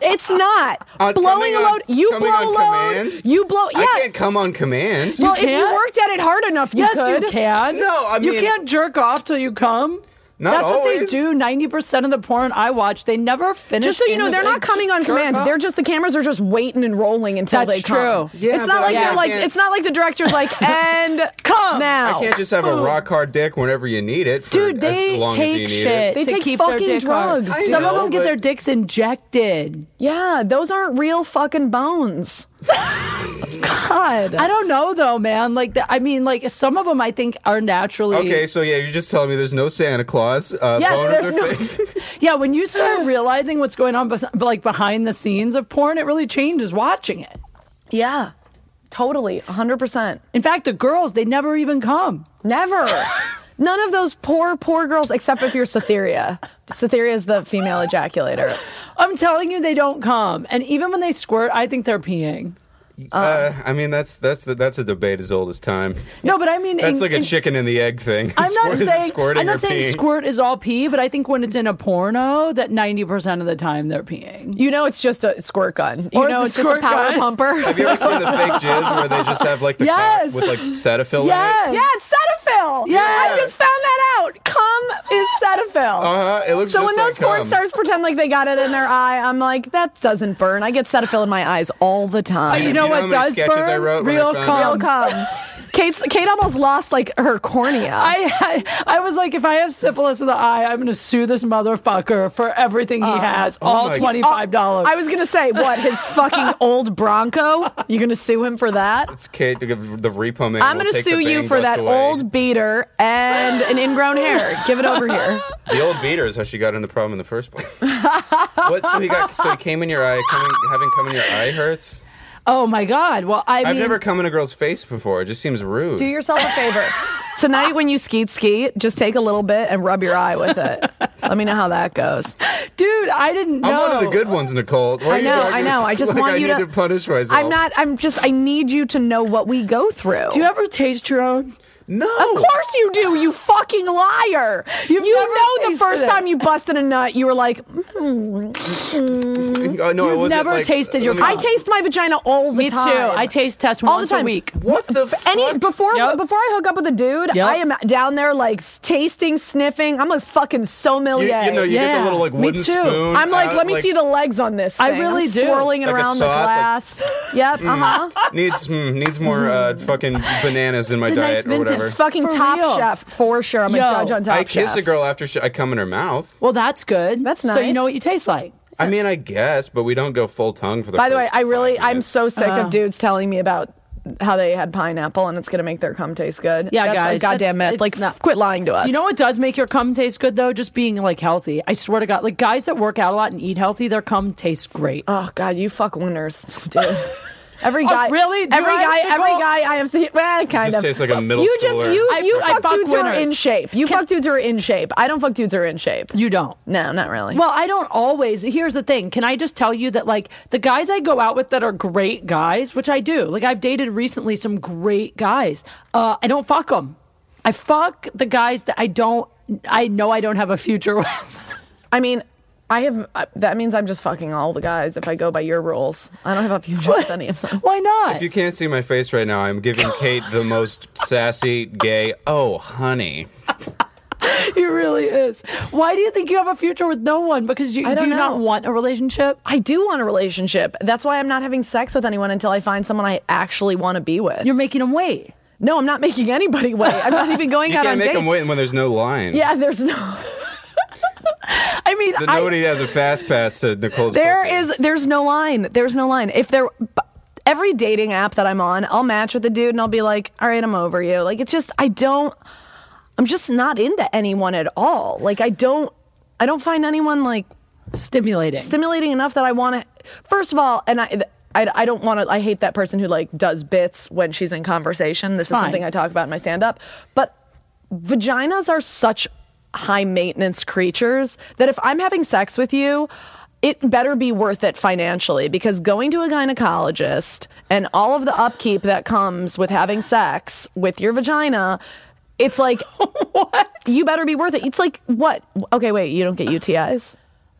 S1: It's not
S3: Uh,
S1: blowing
S3: coming
S1: a
S3: on-
S1: load. You blow
S3: coming on
S1: load.
S3: command?
S1: You blow. Yeah.
S3: I can't come on command.
S1: well, if you
S2: can't?
S1: worked at it hard enough, you
S2: Yes,
S1: could.
S2: you can.
S3: No, I
S2: you
S3: mean-
S2: can't jerk off till you come.
S3: Not
S2: That's what they
S3: always.
S2: do. Ninety percent of the porn I watch, they never finish.
S1: Just so you
S2: in
S1: know,
S2: the-
S1: they're
S2: they
S1: not coming on
S2: jerk
S1: command.
S2: off.
S1: They're just the cameras are just waiting and rolling until
S2: That's
S1: they come.
S2: true. Yeah,
S1: it's
S3: but
S1: not like
S3: I
S1: they're like.
S3: can't-
S1: It's not like the director's like and
S2: Come.
S1: now.
S3: I can't just have a rock hard dick whenever you need it. For
S2: Dude, they
S3: as long as you
S2: take
S3: need
S2: shit
S3: It.
S1: They
S2: to
S1: take
S2: keep
S1: fucking
S2: their dick hard.
S1: drugs. I
S2: Some of
S3: know,
S2: them get
S3: but-
S2: their dicks injected.
S1: Yeah, those aren't real fucking bones. God.
S2: I don't know though, man. Like, the, I mean, like some of them I think are naturally.
S3: Okay, so yeah, you're just telling me there's no Santa Claus. Uh,
S1: Yes,
S3: boners
S1: there's
S3: are
S1: no-
S3: fake.
S2: Yeah, when you start realizing what's going on, bes- like behind the scenes of porn, it really changes watching it.
S1: Yeah, totally. 100%.
S2: In fact, the girls they never even come.
S1: Never. None of those poor, poor girls, except if you're Cytheria. Cytheria is the female ejaculator.
S2: I'm telling you, they don't come. And even when they squirt, I think they're peeing.
S3: Uh,
S2: Um.
S3: I mean, that's that's that's a debate as old as time.
S2: No, but I mean,
S3: That's
S2: in-
S3: like a
S2: in-
S3: chicken and the egg thing.
S2: I'm not
S3: Squirt is
S2: saying
S3: squirting
S2: I'm
S3: or
S2: not saying
S3: peeing.
S2: squirt is all pee, but I think when it's in a porno, that 90 percent of the time they're peeing.
S1: You know, it's just a squirt gun. You
S2: Or
S1: know,
S2: it's a
S1: it's, just a
S2: squirt
S1: power
S2: gun.
S3: Have
S1: pumper.
S3: you ever seen the fake jizz where they just have like the
S2: Yes.
S3: cock with like Cetaphil in it?
S2: Yes.
S1: yeah, Cetaphil.
S2: Yeah.
S1: I just found that out. Cum is Cetaphil.
S3: Uh huh. It looks
S1: So
S3: just
S1: when
S3: like
S1: those porn
S3: cum.
S1: stars pretend like they got it in their eye, I'm like, that doesn't burn. I get Cetaphil in my eyes all the time.
S2: You know
S3: You know um,
S2: what
S3: how many
S2: does
S3: sketches I
S2: burn?
S3: wrote when I
S2: Real
S3: found
S2: cum.
S1: Real cum. Kate's Kate almost lost like her cornea.
S2: I, I I was like, if I have syphilis in the eye, I'm gonna sue this motherfucker for everything he has, all
S3: oh my-
S2: twenty five dollars.
S1: I was gonna say, what his fucking old Bronco? You gonna sue him for that?
S3: It's Kate, the, the repo man.
S1: I'm
S3: will
S1: gonna
S3: take the
S1: sue you
S3: bang
S1: for
S3: bus
S1: that
S3: away.
S1: old beater and an ingrown hair. Give it over here.
S3: The old beater is how she got in the problem in the first place. what? So he got. So he came in your eye. Coming, having come in your eye hurts.
S2: oh my god. Well, I
S3: I've
S2: mean,
S3: never come in a girl's face before. It just seems rude.
S1: Do yourself a favor. Tonight when you skeet skeet, just take a little bit and rub your eye with it. Let me know how that goes.
S2: dude, I didn't know.
S3: I'm one of the good ones, Nicole. Why are
S1: I
S3: you
S1: know,
S3: talking
S1: I know. I just
S3: like
S1: want
S3: I
S1: you
S3: need
S1: to-
S3: to punish myself.
S1: I'm not I'm just I need you to know what we go through.
S2: Do you ever taste your own?
S3: No.
S1: Of course you do, you fucking liar. you
S2: never
S1: know the
S2: tasted
S1: first
S2: it.
S1: time you busted a nut, you were like,
S3: Oh, no, I
S2: You've
S3: wasn't,
S2: never
S3: like-
S2: tasted your
S3: let me-
S1: I taste my vagina all the
S2: Me
S1: time.
S2: too. I taste test
S1: All the
S2: once
S1: time.
S2: a week.
S3: What the fuck?
S1: Any before
S2: Yep.
S1: before I hook up with a dude,
S2: Yep.
S1: I am down there like s- tasting, sniffing. I'm a fucking
S3: you,
S1: sommelier.
S3: you know, you get
S2: Yeah.
S3: the little like
S2: Me
S3: wooden
S2: too.
S3: spoon.
S1: I'm like,
S3: out,
S1: let me see the legs on this.
S2: I
S1: thing. I'm
S2: really do.
S1: swirling it
S3: Like a Mm.
S1: around
S3: sauce, like-
S1: the glass. yep. Uh huh.
S3: Needs mm, needs more uh, fucking bananas in my
S2: It's a nice
S3: diet or
S2: vintage
S3: whatever.
S1: It's fucking
S2: For
S1: Top
S2: real.
S1: Chef for sure. I'm
S2: Yo,
S1: a judge on Top
S3: I kiss
S1: Chef.
S3: a girl after she, I come in her mouth.
S2: Well, that's good.
S1: That's
S2: So you
S1: nice.
S2: know what you taste like.
S3: I mean, I guess, but we don't go full tongue for the.
S1: By the way,
S3: first
S1: I really,
S3: five
S1: I'm
S3: minutes.
S1: so sick
S2: Uh.
S1: of dudes telling me about how they had pineapple and it's gonna make their cum taste good.
S2: Yeah,
S1: That's
S2: guys,
S1: a goddamn
S2: that's-
S1: myth.
S2: it's
S1: Like,
S2: not-
S1: quit lying to us.
S2: You know what does make your cum taste good though? Just being like healthy. I swear to God, like guys that work out a lot and eat healthy, their cum tastes great.
S1: Oh God, you fuck winners, dude. Every guy,
S2: Oh, really? Do
S1: every
S2: I
S1: guy,
S2: have to
S1: every
S2: go-
S1: guy I have to, well, kind
S3: just
S1: of.
S3: tastes like a middle
S1: you just
S3: schooler.
S1: you
S2: I-
S1: you
S2: I
S1: fuck,
S2: fuck
S1: dudes who are
S2: winners.
S1: in shape. You fuck dudes who are in shape. I don't fuck dudes who are in shape.
S2: You don't.
S1: No, not really.
S2: Well, I don't always. Here's the thing. Can I just tell you that, like, the guys I go out with that are great guys, which I do, like, I've dated recently some great guys. Uh, I don't fuck them. I fuck the guys that I don't, I know I don't have a future with.
S1: I mean, I have. I- That means I'm just fucking all the guys if I go by your rules. I don't have a future with any of them.
S2: Why not?
S3: If you can't see my face right now, I'm giving Kate the most sassy, gay. Oh, honey.
S2: It really is. Why do you think you have a future with no one? Because you
S1: I
S2: do
S1: don't
S2: you not
S1: know.
S2: want a relationship?
S1: I do want a relationship. That's why I'm not having sex with anyone until I find someone I actually want to be with.
S2: You're making them wait.
S1: no, I'm not making anybody wait. I'm not even going
S3: You
S1: out
S3: can't
S1: on
S3: make
S1: dates.
S3: them wait when there's no line.
S1: Yeah, there's no.
S2: I mean,
S3: But
S2: I-
S3: Nobody has a fast pass to Nicole's.
S1: There
S3: birthday.
S1: is there's no line. There's no line. If there b- every dating app that I'm on, I'll match with a dude and I'll be like, "All right, I'm over you." Like it's just I don't I'm just not into anyone at all. Like I don't I don't find anyone like
S2: stimulating.
S1: stimulating enough that I want to First of all, and I th- I, I don't want to. I hate that person who like does bits when she's in conversation. This
S2: It's
S1: is
S2: fine.
S1: something I talk about in my stand up. But vaginas are such high maintenance creatures that if I'm having sex with you, it better be worth it financially because going to a gynecologist and all of the upkeep that comes with having sex with your vagina, it's like you better be worth it. It's like what? Okay, wait, you don't get UTIs.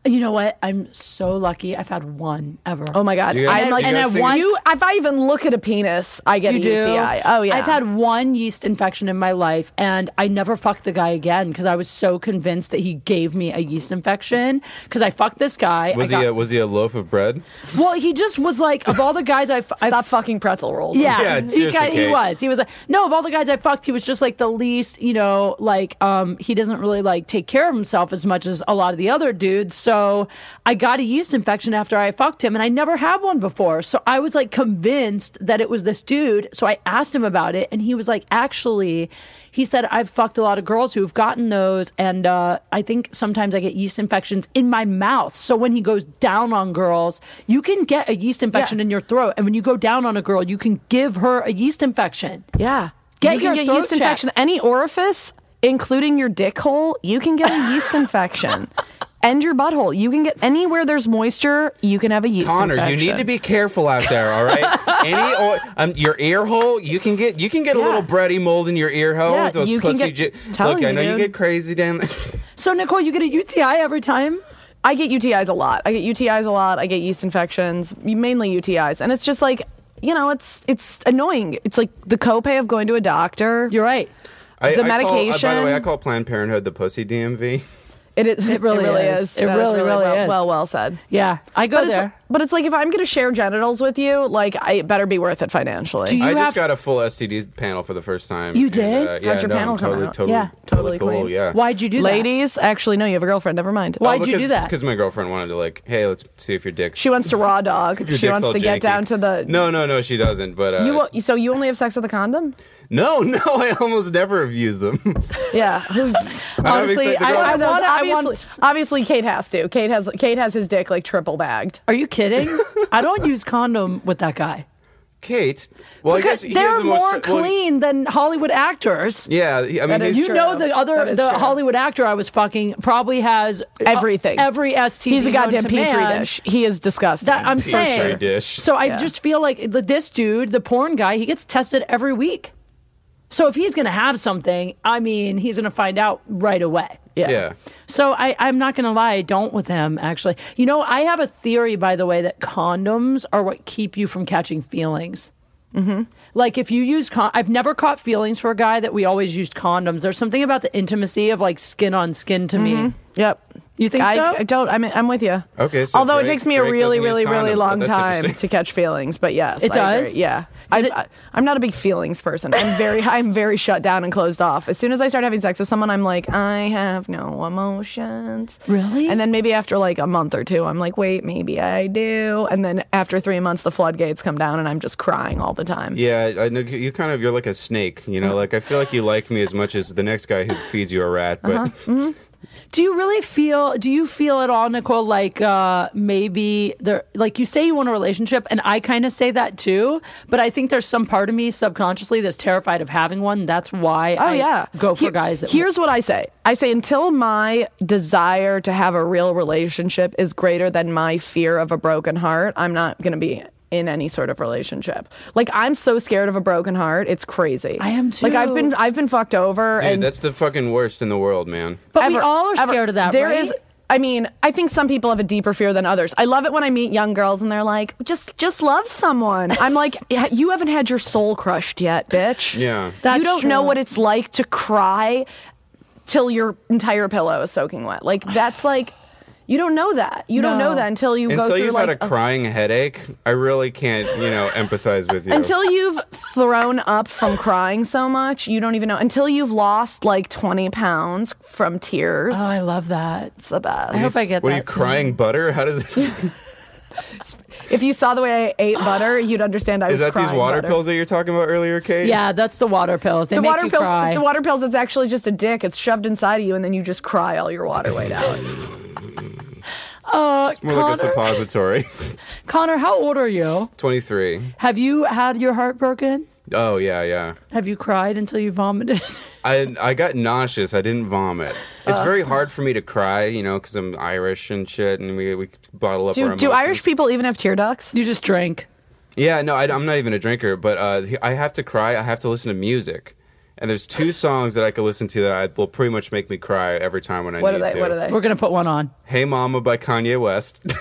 S2: you know what? I'm so lucky. I've had one ever.
S1: Oh my god!
S3: You guys-
S1: I'm like,
S3: you
S1: and
S3: guys
S1: I
S3: think-
S1: want you. If I even look at a penis, I get
S2: You
S1: a
S2: do.
S1: UTI. Oh yeah,
S2: I've had one yeast infection in my life, and I never fucked the guy again because I was so convinced that he gave me a yeast infection. Because I fucked this guy. I
S3: Was
S2: got-
S3: he a, was he a loaf of bread?
S2: well, he just was like of all the guys I, fu- I
S1: Stop fucking pretzel rolls.
S2: Yeah,
S3: Yeah,
S2: he,
S3: seriously,
S2: got- he
S3: Kate.
S2: was. He was like, no, of all the guys I fucked, he was just like the least, you know, like um, he doesn't really like take care of himself as much as a lot of the other dudes. So I got a yeast infection after I fucked him, and I never had one before. So I was like convinced that it was this dude. So I asked him about it, and he was like, actually, he said I've fucked a lot of girls who've gotten those, and uh, I think sometimes I get yeast infections in my mouth. So when he goes down on girls, you can get a yeast infection
S1: Yeah.
S2: in your throat, and when you go down on a girl, you can give her a yeast infection.
S1: yeah.
S2: Get
S1: you
S2: your
S1: can get
S2: throat
S1: yeast infection.
S2: checked.
S1: Any orifice, including your dick hole, you can get a yeast infection. And your butthole. You can get anywhere there's moisture. You can have a yeast
S3: Connor,
S1: infection.
S3: you need to be careful out there. All right, any or um, your ear hole, you can get you can get a
S1: Yeah.
S3: little bready mold in your ear hole
S1: Yeah,
S3: with those
S1: you can
S3: pussy.
S1: get-
S3: ju-
S1: telling
S3: Look, I know
S1: you,
S3: you
S1: dude.
S3: get crazy down there.
S2: So Nicole, you get a UTI every time.
S1: I get UTIs a lot. I get UTIs a lot. I get yeast infections, mainly UTIs, and it's just like, you know, it's it's annoying. It's like the copay of going to a doctor.
S2: You're right.
S3: I,
S1: The
S3: I call- I- by the way, I
S1: medication.
S3: call Planned Parenthood the pussy DMV.
S1: It is. It
S2: really
S1: really,
S2: is.
S1: is.
S2: It
S1: That is
S2: really, really
S1: well,
S2: is.
S1: well, well said.
S2: Yeah, I go
S1: But it's,
S2: there.
S1: but it's like if I'm going to share genitals with you, like I it better be worth it financially.
S2: Do you
S3: I just
S2: have-
S3: got a full STD panel for the first time.
S2: You
S3: and,
S2: did?
S3: uh, yeah,
S1: How'd your
S3: no, I'm
S1: panel come
S3: totally,
S1: out?
S3: Totally,
S2: Yeah.
S1: Totally
S3: cool.
S1: clean.
S3: Yeah.
S2: Why'd you do that?
S1: Ladies, actually, no, you have a girlfriend. Never mind. Oh,
S2: Why'd you do that?
S3: Because my girlfriend wanted to like, hey, let's see if your dick.
S1: She wants to raw dog.
S3: your
S1: she
S3: dick's
S1: wants
S3: all
S1: to get
S3: janky.
S1: down to the.
S3: No, no, no, she doesn't. But uh,
S1: You won't- so you only have sex with a condom?
S3: no, no, I almost never abuse them.
S1: Yeah. Who,
S3: excited
S1: honestly,
S3: to go.
S1: I, I,
S2: I wanna- I
S1: obviously,
S2: want-
S1: obviously, Kate has to. Kate has Kate has his dick like triple bagged.
S2: Are you kidding? I don't use condom with that guy.
S3: Kate, well,
S2: Because
S3: I guess he has
S2: they're
S3: the most-
S2: more
S3: well,
S2: clean than Hollywood actors.
S3: yeah, he- I mean,
S1: That is
S3: he's-
S1: True.
S2: You know the
S1: That
S2: other
S1: is
S2: the
S1: true.
S2: Hollywood actor I was fucking probably has uh,
S1: Everything.
S2: every STD.
S1: He's a
S2: known
S1: goddamn
S2: to
S1: petri
S2: man.
S1: dish. He is disgusting.
S2: That I'm
S3: Petri
S2: saying.
S3: dish.
S2: So I
S1: Yeah.
S2: just feel like the, this dude, the porn guy, he gets tested every week. So if he's gonna have something, I mean, he's gonna find out right away.
S1: yeah.
S3: yeah.
S2: So I, I'm not gonna lie, I don't with him actually. You know, I have a theory, by the way, that condoms are what keep you from catching feelings.
S1: Mm-hmm.
S2: Like if you use, con- I've never caught feelings for a guy that we always used condoms. There's something about the intimacy of like skin on skin to me.
S1: Yep.
S2: You think
S1: Mm-hmm. I,
S2: so?
S1: I don't. I'm, I'm with you.
S3: Okay, so
S1: although it
S3: Drake-
S1: takes me a
S3: Drake
S1: really,
S3: doesn't
S1: really,
S3: use
S1: really
S3: condoms,
S1: long
S3: but that's
S1: time
S3: interesting.
S1: to catch feelings, but yes,
S2: It
S1: I agree.
S2: does?
S1: Yeah, I,
S2: Does it-
S1: I, I'm not a big feelings person. I'm very, I'm very shut down and closed off. As soon as I start having sex with someone, I'm like, I have no emotions.
S2: Really?
S1: And then maybe after like a month or two, I'm like, wait, maybe I do. And then after three months, the floodgates come down, and I'm just crying all the time.
S3: Yeah, I know you kind of you're like a snake, you
S1: Uh-huh.
S3: know. Like I feel like you like me as much as the next guy who feeds you a rat, but
S1: Uh-huh.
S2: Do you really feel? Do you feel at all, Nicole? Like uh, maybe there, like you say you want a relationship, and I kind of say that too. But I think there's some part of me subconsciously that's terrified of having one. That's why
S1: Oh
S2: I
S1: yeah,
S2: go for
S1: Here-
S2: guys. That
S1: here's what I say: I say until my desire to have a real relationship is greater than my fear of a broken heart, I'm not going to be in any sort of relationship. Like I'm so scared of a broken heart, it's crazy.
S2: I am
S1: Like I've
S2: too.
S1: been I've been fucked over,
S3: dude,
S1: and
S3: that's the fucking worst in the world, man.
S2: but we
S1: ever-
S2: all are
S1: ever.
S2: scared of that.
S1: There
S2: right?
S1: is- I mean, I think some people have a deeper fear than others. I love it when I meet young girls and they're like, "Just, just love someone." I'm like, "Yeah, "You haven't had your soul crushed yet, bitch."
S3: Yeah.
S2: That's
S1: you don't know
S2: true.
S1: what it's like to cry till your entire pillow is soaking wet. Like that's like, you don't know that. You don't
S2: No.
S1: know that until you go
S3: Until
S1: through
S3: you've
S1: like
S3: had a crying headache, I really can't, you know, empathize with you.
S1: until you've thrown up from crying so much, you don't even know. Until you've lost like 20 pounds from tears,
S2: Oh, I love that.
S1: it's the best.
S2: I hope I get
S3: what
S2: that.
S3: are you
S2: soon.
S3: crying butter? How does
S1: If you saw the way I ate butter, you'd understand I was
S3: is that these
S1: crying
S3: water
S1: butter.
S3: pills that you're talking about earlier, Kate?
S2: Yeah, that's the water pills. They
S1: The
S2: make
S1: water
S2: you
S1: pills.
S2: cry.
S1: The water pills. It's actually just a dick. It's shoved inside of you, and then you just cry all your water weight out.
S2: uh, Connor,
S3: More like a suppository.
S2: Connor, how old are you?
S3: Twenty three.
S2: Have you had your heart broken?
S3: Oh yeah, yeah.
S2: Have you cried until you vomited?
S3: I I got nauseous. I didn't vomit. It's very hard for me to cry, you know, because I'm Irish and shit, and we we bottle up.
S1: do
S3: our
S1: do
S3: emotions.
S1: Irish people even have tear ducts?
S2: you just drank.
S3: Yeah, no, I, am not even a drinker, but uh, I have to cry. I have to listen to music, and there's two songs that I can listen to that I, will pretty much make me cry every time when I
S1: What are
S3: need
S1: they?
S3: to.
S1: What are they?
S2: We're gonna put one on.
S3: Hey Mama by Kanye West.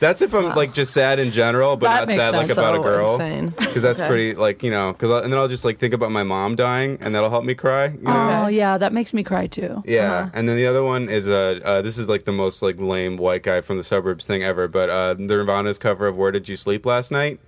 S3: that's if I'm like just sad in general, but
S2: That
S3: not
S2: makes
S3: sad like
S2: sense.
S3: about a
S1: So
S3: girl.
S1: insane.
S3: Because that's
S1: Okay.
S3: pretty like you know. Because and then I'll just like think about my mom dying, and that'll help me cry. You know?
S2: Oh yeah, that makes me cry too.
S3: Yeah,
S1: uh-huh.
S3: and then the other one is uh, uh, this is like the most like lame white guy from the suburbs thing ever, but uh, the Nirvana's cover of "Where Did You Sleep Last Night."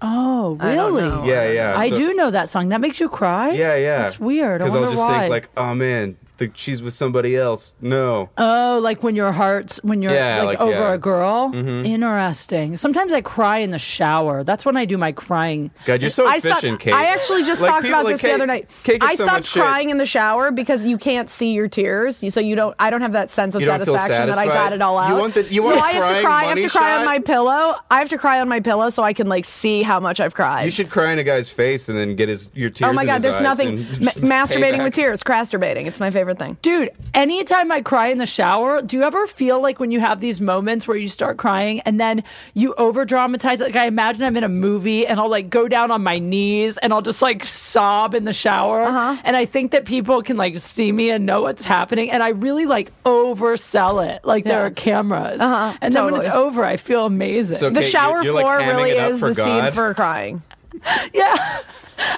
S2: Oh
S1: I don't
S2: really?
S1: know.
S3: Yeah, yeah.
S2: I
S3: so-
S2: do know that song. That makes you cry.
S3: Yeah, yeah.
S2: That's weird. I
S3: Because I'll
S2: wonder
S3: just
S2: why.
S3: think like, oh man, the, she's with somebody else. No,
S2: oh, like when your heart's when you're
S3: Yeah,
S2: like,
S3: like,
S2: over
S3: yeah. Mm-hmm.
S2: a girl. Interesting. Sometimes I cry in the shower. That's when I do my crying.
S3: God, you're so
S1: I
S3: efficient,
S1: stopped,
S3: Kate.
S1: I actually just
S3: Like,
S1: talked
S3: people
S1: about
S3: like
S1: this
S3: Kate-
S1: the other night.
S3: Kate gets
S1: I
S3: so
S1: stopped
S3: much shit.
S1: crying in the shower because you can't see your tears, you- so you don't. I don't have that sense of
S3: You don't feel
S1: satisfaction that I
S3: satisfied?
S1: got it all out.
S3: You want the- you want
S1: so
S3: a
S1: I have to
S3: crying
S1: cry. I have
S3: money
S1: to cry
S3: shot?
S1: on my pillow. I have to cry on my pillow so I can like see how much I've cried.
S3: You should cry in a guy's face and then get his your tears.
S1: oh my
S3: in
S1: god,
S3: his
S1: there's
S3: eyes
S1: nothing.
S3: and
S1: Ma-
S3: just pay
S1: masturbating
S3: back.
S1: with tears, crasturbating. It's my favorite thing.
S2: Dude, anytime I cry in the shower, do you ever feel like when you have these moments where you start crying and then you over dramatize it? Like, I imagine I'm in a movie and I'll like go down on my knees and I'll just like sob in the shower.
S1: Uh-huh.
S2: And I think that people can like see me and know what's happening. And I really like oversell it. Like, there
S1: Yeah. Uh-huh.
S2: are cameras. And then when it's
S1: totally.
S2: over, I feel amazing.
S3: So-
S1: The
S3: Kate,
S1: shower
S3: you're, you're, like,
S1: floor
S3: hamming
S1: really
S3: it up
S1: is
S3: for
S1: the scene
S3: God.
S1: for crying.
S2: yeah.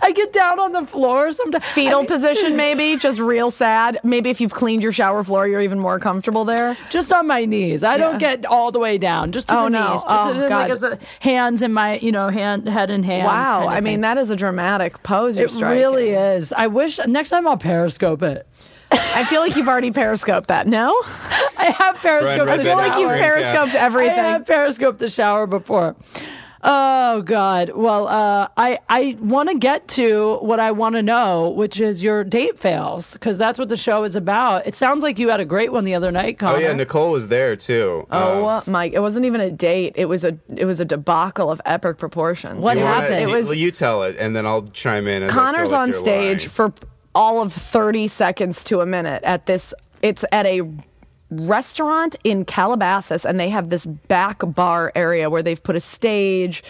S2: I get down on the floor sometimes.
S1: Fetal position, maybe, just real sad. Maybe if you've cleaned your shower floor, you're even more comfortable there.
S2: just on my knees. I don't
S1: Yeah.
S2: get all the way down, just to
S1: Oh,
S2: the
S1: no.
S2: knees.
S1: Oh,
S2: to the,
S1: God.
S2: Like, as a- hands in my, you know, hand, head in hands.
S1: Wow,
S2: kind of
S1: I mean
S2: thing.
S1: that is a dramatic pose you're
S2: it
S1: striking.
S2: really is. I wish next time I'll periscope it.
S1: I feel like you've already periscoped that. No,
S2: I have periscoped.
S3: right
S2: the
S1: I feel
S3: back
S1: like
S3: to
S2: shower.
S1: you've
S3: the screen cap.
S1: periscoped everything.
S2: I have periscoped the shower before. Oh God! Well, uh, I I want to get to what I want to know, which is your date fails, because that's what the show is about. It sounds like you had a great one the other night, Connor.
S3: Oh yeah, Nicole was there too.
S1: Oh
S3: Uh,
S1: uh, Mike, it wasn't even a date. It was a it was a debacle of epic proportions.
S2: What
S3: you wanna-
S2: happened?
S1: It
S3: you-
S1: was-
S3: well, you tell it, and then I'll chime in. as I feel
S1: Connor's
S3: like
S1: on
S3: you're
S1: stage
S3: lying.
S1: for all of 30 seconds to a minute at this it's at a restaurant in Calabasas and they have this back bar area where they've put a stage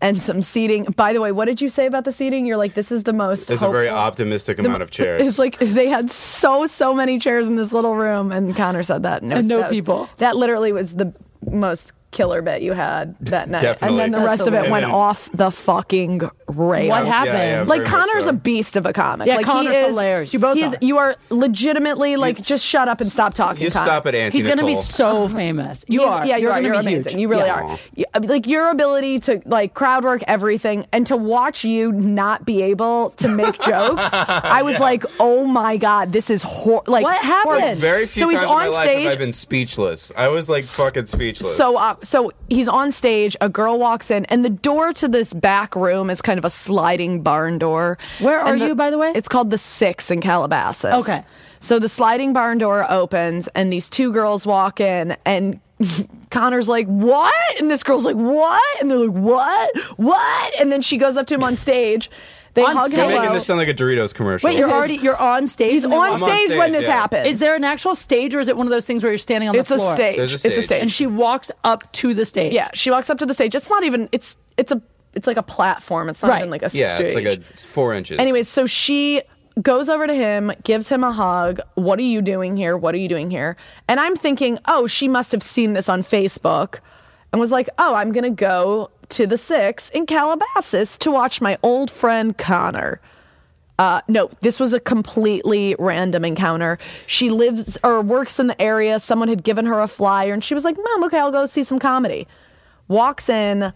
S1: and some seating. By the way, what did you say about the seating? You're like this is the most
S3: There's a very
S1: hopeful-
S3: optimistic amount of chairs.
S1: It's like they had so so many chairs in this little room, and Connor said that, and, it
S2: And
S1: was-
S2: no
S1: that was-
S2: people.
S1: That literally was the most killer bet you had that night,
S3: Definitely.
S1: and then the
S3: That's
S1: rest of it
S3: hilarious.
S1: went off the fucking rails.
S2: What
S3: Yeah,
S2: happened?
S3: yeah,
S1: Like
S3: very much
S1: Connor's
S3: so.
S1: a beast of a comic.
S2: Yeah,
S1: like,
S2: Connor's
S1: he is,
S2: hilarious. You both
S1: he is-
S2: are.
S1: You are legitimately like
S3: You
S1: just shut up and stop talking.
S3: You
S1: Connor.
S3: stop at Auntie
S2: He's going to be
S3: Nicole.
S2: so famous. You
S1: He's-
S2: are.
S1: Yeah, you
S2: you're
S1: are.
S2: Gonna
S1: You're
S2: be
S1: amazing.
S2: Huge.
S1: You really
S2: Yeah.
S1: are. You- uh, like your ability to like crowd work everything and to watch you not be able to make jokes. I was like, oh my god, this is hor- like
S2: What happened?
S1: horrible.
S3: Very few
S1: so
S3: times
S1: he's
S3: in
S1: on
S3: my life
S1: stage.
S3: have I been speechless. I was like fucking speechless.
S1: so uh, so he's on stage. A girl walks in, and the door to this back room is kind of a sliding barn door.
S2: Where are
S1: And
S2: you, by the way?
S1: It's called the Six in Calabasas.
S2: Okay.
S1: So the sliding barn door opens, and these two girls walk in, and Connor's like, "What?" And this girl's like, "What?" And they're like, "What? What?" And then she goes up to him on stage. They
S2: On
S1: hug
S2: stage?
S3: You're
S1: hello.
S3: making this sound like a Doritos commercial.
S2: Wait, you're already you're on stage.
S1: He's
S2: and they're
S1: on
S2: walking-
S3: on
S1: stage,
S3: stage,
S1: when this
S3: yeah.
S1: happens.
S2: Is there an actual stage, or is it one of those things where you're standing on
S1: It's
S2: the
S1: a
S2: floor?
S1: stage.
S3: There's a
S1: It's a
S3: stage.
S1: stage.
S2: And she walks up to the stage.
S1: yeah, she walks up to the stage. It's not even. It's it's a it's like a platform. It's not
S2: Right.
S1: even like a
S3: yeah,
S1: stage.
S3: it's like a it's four inches.
S1: Anyways, so she goes over to him, gives him a hug. What are you doing here? What are you doing here? And I'm thinking, oh, she must have seen this on Facebook and was like, oh, I'm going to go to the six in Calabasas to watch my old friend Connor. Uh, no, this was a completely random encounter. She lives or works in the area. Someone had given her a flyer and she was like, Mom, okay, I'll go see some comedy. Walks in.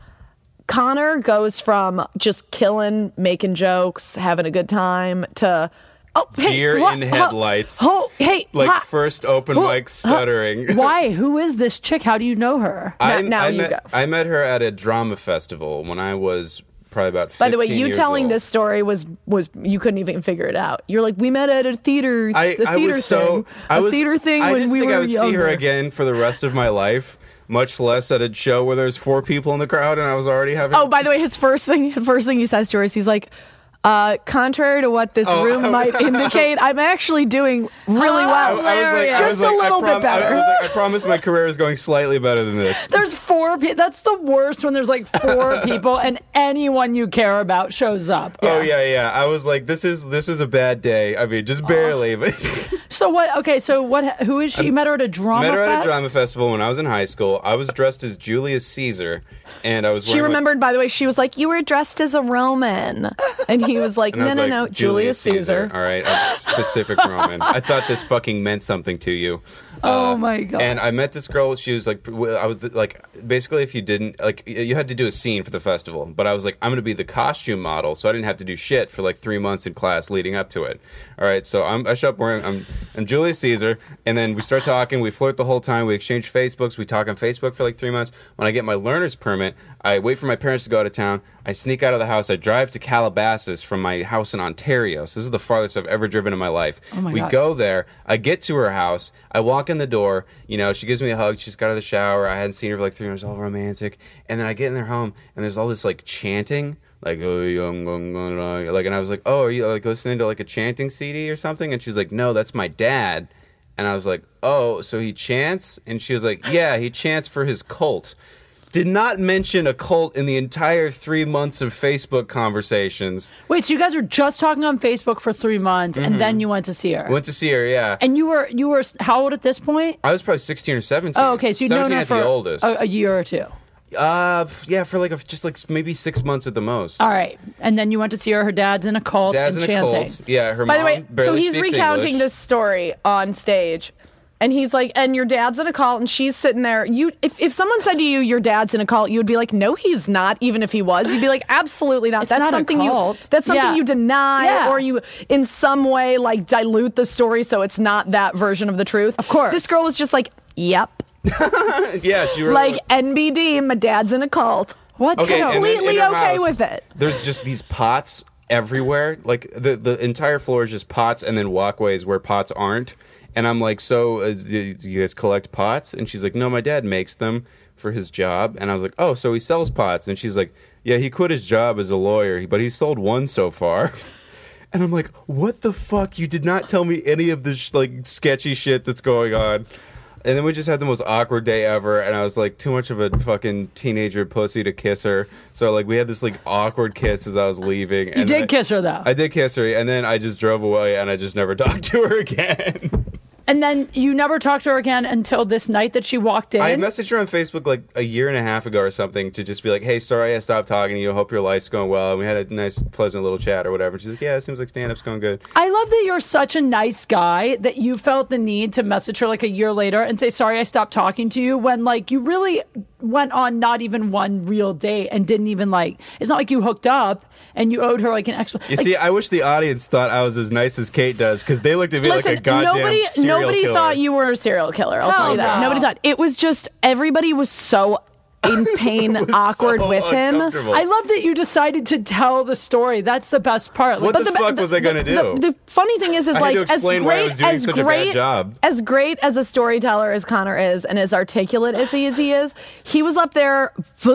S1: Connor goes from just killing, making jokes, having a good time to, oh, hey,
S3: Deer
S1: wha-
S3: in
S1: ho-
S3: headlights.
S1: ho- hey,
S3: like
S1: hi."
S3: first open
S1: Who-
S3: mic stuttering.
S2: Why? Who is this chick? How do you know her?
S3: I,
S1: now
S3: I
S1: you
S3: met,
S1: go.
S3: I met her at a drama festival when I was probably about. 15
S1: By the way, you
S3: years
S1: telling
S3: old.
S1: this story was was you couldn't even figure it out. You're like, we met at a theater,
S3: I,
S1: the
S3: I
S1: theater
S3: was so
S1: thing,
S3: I
S1: a
S3: was
S1: theater thing
S3: I
S1: when
S3: didn't
S1: we
S3: think
S1: were
S3: I would
S1: younger.
S3: see her again for the rest of my life, much less at a show where there's four people in the crowd and I was already having.
S1: Oh, by the way, his first thing, first thing he says to her is he's like, uh, contrary to what this
S3: Oh,
S1: room might indicate, I'm actually doing really
S3: I, I
S1: well.
S3: was like, I
S1: Just
S3: was like,
S1: a
S3: I
S1: little bit
S3: prom- I-
S1: better.
S3: I, was like, I promise my career is going slightly better than this.
S2: There's four people. That's the worst when there's like four people and anyone you care about shows up.
S3: Oh yeah, yeah. I was like, this is this is a bad day. I mean, just barely. But
S2: So what? Okay. So what? Who is she? You met her at a drama.
S3: met her at
S2: fest?
S3: a drama festival when I was in high school. I was dressed as Julius Caesar, and I was.
S1: she
S3: wearing, like-
S1: remembered, by the way, she was like, "You were dressed as a Roman," and he was like,
S3: And I
S1: "No,
S3: was
S1: no,
S3: like,
S1: no, Julius Caesar."
S3: All right, a specific Roman. I thought this fucking meant something to you.
S2: Oh my god.
S3: And I met this girl. She was like, I was like, basically, if you didn't like, y- you had to do a scene for the festival. But I was like, I'm gonna be the costume model, so I didn't have to do shit for like three months in class leading up to it. All right, so I'm, I show up wearing, I'm, I'm Julius Caesar, and then we start talking. We flirt the whole time. We exchange Facebooks. We talk on Facebook for like three months. When I get my learner's permit, I wait for my parents to go out of town. I sneak out of the house. I drive to Calabasas from my house in Ontario. So this is the farthest I've ever driven in my life.
S2: Oh my
S3: we
S2: God.
S3: go go there. I get to her house. I walk in the door. You know, she gives me a hug. She's got out of the shower. I hadn't seen her for like three years. All romantic. And then I get in their home, and there's all this like chanting, like oh, young, young, young, young," like. And I was like, oh, are you like listening to like a chanting CD or something? And she's like, no, that's my dad. And I was like, oh, so he chants? And she was like, yeah, he chants for his cult. Did not mention a cult in the entire three months of Facebook conversations.
S2: Wait. So you guys were just talking on Facebook for three months, and
S3: Mm-hmm.
S2: then you went to see her.
S3: Went to see her, yeah.
S2: and you were you were how old at this point?
S3: I was probably 16 or 17.
S2: Oh, okay. So you'd known
S3: 17
S2: her
S3: at
S2: for
S3: the oldest.
S2: A, a year or two.
S3: Uh, f- yeah, for like a, just like s- maybe six months at the most.
S2: All right. And then you went to see her. Her dad's in a cult
S3: Dad's
S2: and
S3: in a
S2: chanting.
S3: cult. Yeah, her
S1: By the
S3: mom
S1: way, so
S3: barely
S1: he's
S3: speaks
S1: recounting
S3: English.
S1: this story on stage. And he's like, and your dad's in a cult, and she's sitting there. You, if, if someone said to you, your dad's in a cult, you would be like, no, he's not. Even if he was, you'd be like, absolutely not.
S2: It's
S1: that's
S2: not a
S1: something
S2: cult."
S1: you, that's something
S2: Yeah.
S1: you deny,
S2: Yeah.
S1: or you in some way like dilute the story so it's not that version of the truth. Of
S2: course.
S1: this girl was just like, yep,
S3: Yeah, she really
S1: like NBD, my dad's in a cult.
S2: What the
S3: Okay, and then
S1: completely
S3: in her
S1: okay
S3: house,
S1: with it.
S3: There's just these pots everywhere. Like the the entire floor is just pots, and then walkways where pots aren't. And I'm like, so uh, do you guys collect pots? And she's like, no, my dad makes them for his job. And I was like, oh, so he sells pots? And she's like, yeah, he quit his job as a lawyer, but he's sold one so far. And I'm like, what the fuck? You did not tell me any of this sh- like sketchy shit that's going on. And then we just had the most awkward day ever, and I was like too much of a fucking teenager pussy to kiss her. So like we had this like awkward kiss as I was leaving. And
S2: You
S3: then I-
S2: did kiss her though.
S3: I did kiss her, and then I just drove away, and I just never talked to her again.
S2: and then you never talked to her again until this night that she walked in.
S3: I messaged her on Facebook like a year and a half ago or something to just be like, "Hey, sorry I stopped talking to you. Hope your life's going well." And we had a nice, pleasant little chat or whatever. She's like, "Yeah, it seems like stand-up's going good."
S2: I love that you're such a nice guy that you felt the need to message her like a year later and say, sorry, I stopped talking to you when like you really went on not even one real date and didn't even like, it's not like you hooked up and you owed her like an extra.
S3: You
S2: like,
S3: see, I wish the audience thought I was as nice as Kate does because they looked at me
S1: Listen,
S3: like a goddamn
S1: nobody
S3: serial
S1: nobody
S3: killer.
S1: thought you were a serial killer. I'll
S2: Hell
S1: tell you that.
S2: no.
S1: Nobody thought. It was just everybody was so in pain, awkward
S3: so
S1: with him.
S3: uncomfortable.
S2: I love that you decided to tell the story. That's the best part.
S3: What
S2: Like,
S3: the, fuck was I gonna do?
S1: The, the funny thing is, is
S3: had
S1: like
S3: to
S1: as
S3: explain why I
S1: great
S3: was doing
S1: as
S3: such a bad
S1: great
S3: job.
S1: as great as a storyteller as Connor is, and as articulate as he as he is, he was up there.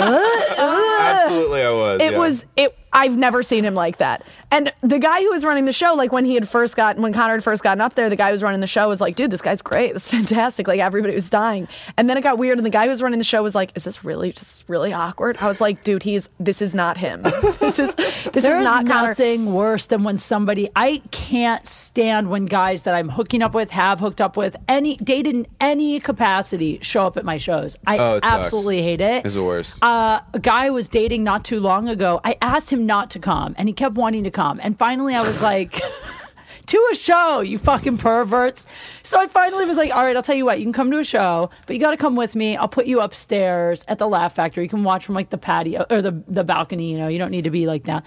S3: Absolutely, I was.
S1: It
S3: yeah.
S1: was it. I've never seen him like that. And the guy who was running the show, like when he had first gotten, when Connor had first gotten up there, the guy who was running the show was like, "Dude, this guy's great. This is fantastic." Like everybody was dying. And then it got weird, and the guy who was running the show was like, "Is this really just really awkward?" I was like, "Dude, he's this is not him. This is this
S2: There's
S1: is not Connor."
S2: nothing worse than when somebody I can't stand when guys that I'm hooking up with, have hooked up with, any dated in any capacity show up at my shows. I
S3: Oh, it sucks.
S2: absolutely hate it.
S3: It's the worst.
S2: Uh, a guy I was dating not too long ago. I asked him not to come, and he kept wanting to come. And finally, I was like. To a show, you fucking perverts. So I finally was like, all right, I'll tell you what, you can come to a show, but you got to come with me. I'll put you upstairs at the Laugh Factory. You can watch from like the patio or the, the balcony, you know, you don't need to be like down.